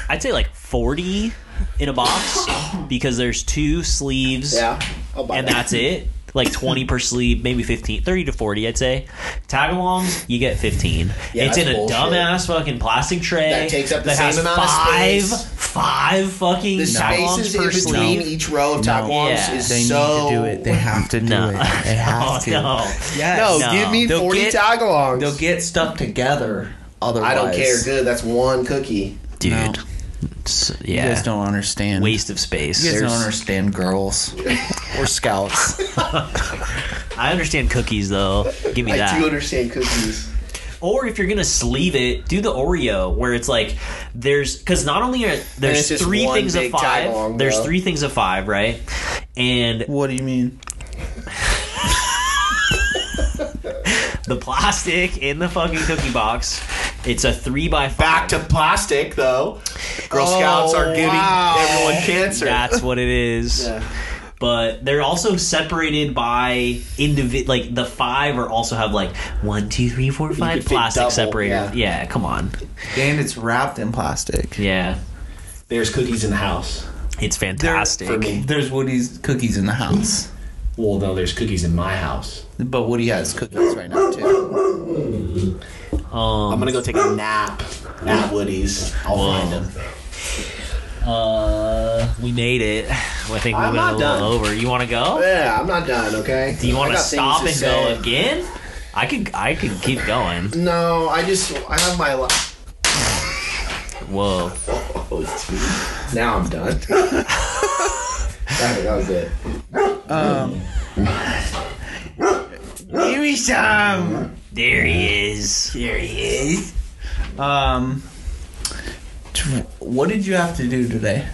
Speaker 2: I'd say like 40 in a box because there's two sleeves
Speaker 4: Yeah. I'll buy
Speaker 2: and
Speaker 4: that.
Speaker 2: that's it. like 20 per sleeve, maybe 15, 30 to 40, I'd say. Tagalongs, you get 15.
Speaker 4: Yeah,
Speaker 2: it's in
Speaker 4: that's
Speaker 2: a
Speaker 4: bullshit.
Speaker 2: dumbass fucking plastic tray
Speaker 4: That takes up the
Speaker 2: that
Speaker 4: same
Speaker 2: has
Speaker 4: amount of
Speaker 2: five,
Speaker 4: space.
Speaker 2: five fucking
Speaker 4: The
Speaker 2: Tagalongs
Speaker 4: spaces in
Speaker 2: per
Speaker 4: between
Speaker 2: sleeve.
Speaker 4: each row of taquans
Speaker 2: Yeah.
Speaker 4: is
Speaker 3: They
Speaker 4: so.
Speaker 3: need to do it. They have to do
Speaker 2: No. Oh,
Speaker 3: it. They
Speaker 5: Oh,
Speaker 3: have to.
Speaker 2: no.
Speaker 3: Yes.
Speaker 2: No, No. give me
Speaker 3: They'll
Speaker 4: 40
Speaker 3: get-
Speaker 4: tagalongs.
Speaker 3: They'll get stuff together. Otherwise,
Speaker 4: I don't care. Good. That's one cookie.
Speaker 2: Dude.
Speaker 3: No.
Speaker 2: It's-
Speaker 7: You
Speaker 2: yeah.
Speaker 7: guys don't understand.
Speaker 2: Waste of space.
Speaker 3: You guys don't
Speaker 2: There's-
Speaker 3: understand girls or scouts.
Speaker 2: I understand cookies though. Give me
Speaker 4: I
Speaker 2: that.
Speaker 4: do understand cookies.
Speaker 2: Or if you're gonna sleeve it, do the Oreo where it's like there's because not only are
Speaker 4: it's
Speaker 2: there's
Speaker 4: just
Speaker 2: three
Speaker 4: one
Speaker 2: things of
Speaker 4: big tag
Speaker 2: five,
Speaker 4: along,
Speaker 2: there's
Speaker 4: though.
Speaker 2: three things of five, right? And
Speaker 3: what do you mean?
Speaker 2: the plastic in the fucking cookie box, it's a three by five.
Speaker 4: Back to plastic, though. Girl Scouts are giving
Speaker 3: Oh, wow.
Speaker 4: everyone cancer.
Speaker 2: That's what it is.
Speaker 4: Yeah.
Speaker 2: But they're also separated by individ. Like the five are also have like one, two, three, four,
Speaker 4: could
Speaker 2: five
Speaker 4: fit
Speaker 2: plastic
Speaker 4: double,
Speaker 2: separated. Yeah. come on.
Speaker 3: And it's wrapped in plastic.
Speaker 2: Yeah,
Speaker 4: There's cookies in the house.
Speaker 2: it's fantastic.
Speaker 4: For me.
Speaker 3: There's Woody's cookies in the house,
Speaker 4: Well, no, there's cookies in my house.
Speaker 3: but Woody has cookies right now too.
Speaker 2: Um,
Speaker 4: I'm gonna go take a nap at Woody's. I'll find them.
Speaker 2: Uh, we made it. I think we
Speaker 4: I'm
Speaker 2: went a
Speaker 4: not
Speaker 2: little
Speaker 4: done.
Speaker 2: over. You want to go?
Speaker 4: Yeah, I'm not done. Okay.
Speaker 2: Do you want
Speaker 4: I
Speaker 2: to
Speaker 4: got things
Speaker 2: stop and
Speaker 4: say.
Speaker 2: go again? I could. I could keep going.
Speaker 4: No, I just I have my. Li-
Speaker 2: Whoa.
Speaker 4: Oh, dude. now I'm done. that, that was it.
Speaker 3: Give me some.
Speaker 2: There he is.
Speaker 3: There he is. Um, tw- what did you have to do today?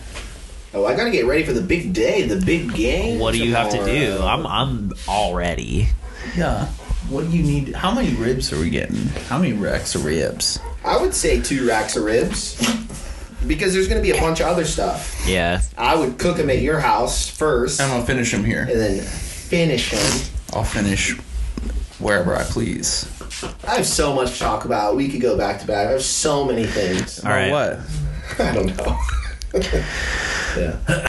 Speaker 4: Oh, I gotta get ready for the big day, the big game.
Speaker 2: What do you have to do?
Speaker 4: tomorrow.
Speaker 2: I'm. I'm already.
Speaker 3: Yeah. What do you need? How many ribs are we getting? How many racks of ribs?
Speaker 4: I would say two racks of ribs, because there's gonna be a bunch of other stuff.
Speaker 2: Yeah.
Speaker 4: I would cook them at your house first,
Speaker 3: I'm
Speaker 4: and
Speaker 3: gonna finish them here.
Speaker 4: then finish them.
Speaker 3: I'll finish wherever I please.
Speaker 4: I have so much to talk about. We could go back to back. I have so many things.
Speaker 2: All right.
Speaker 3: What?
Speaker 4: I don't know. yeah.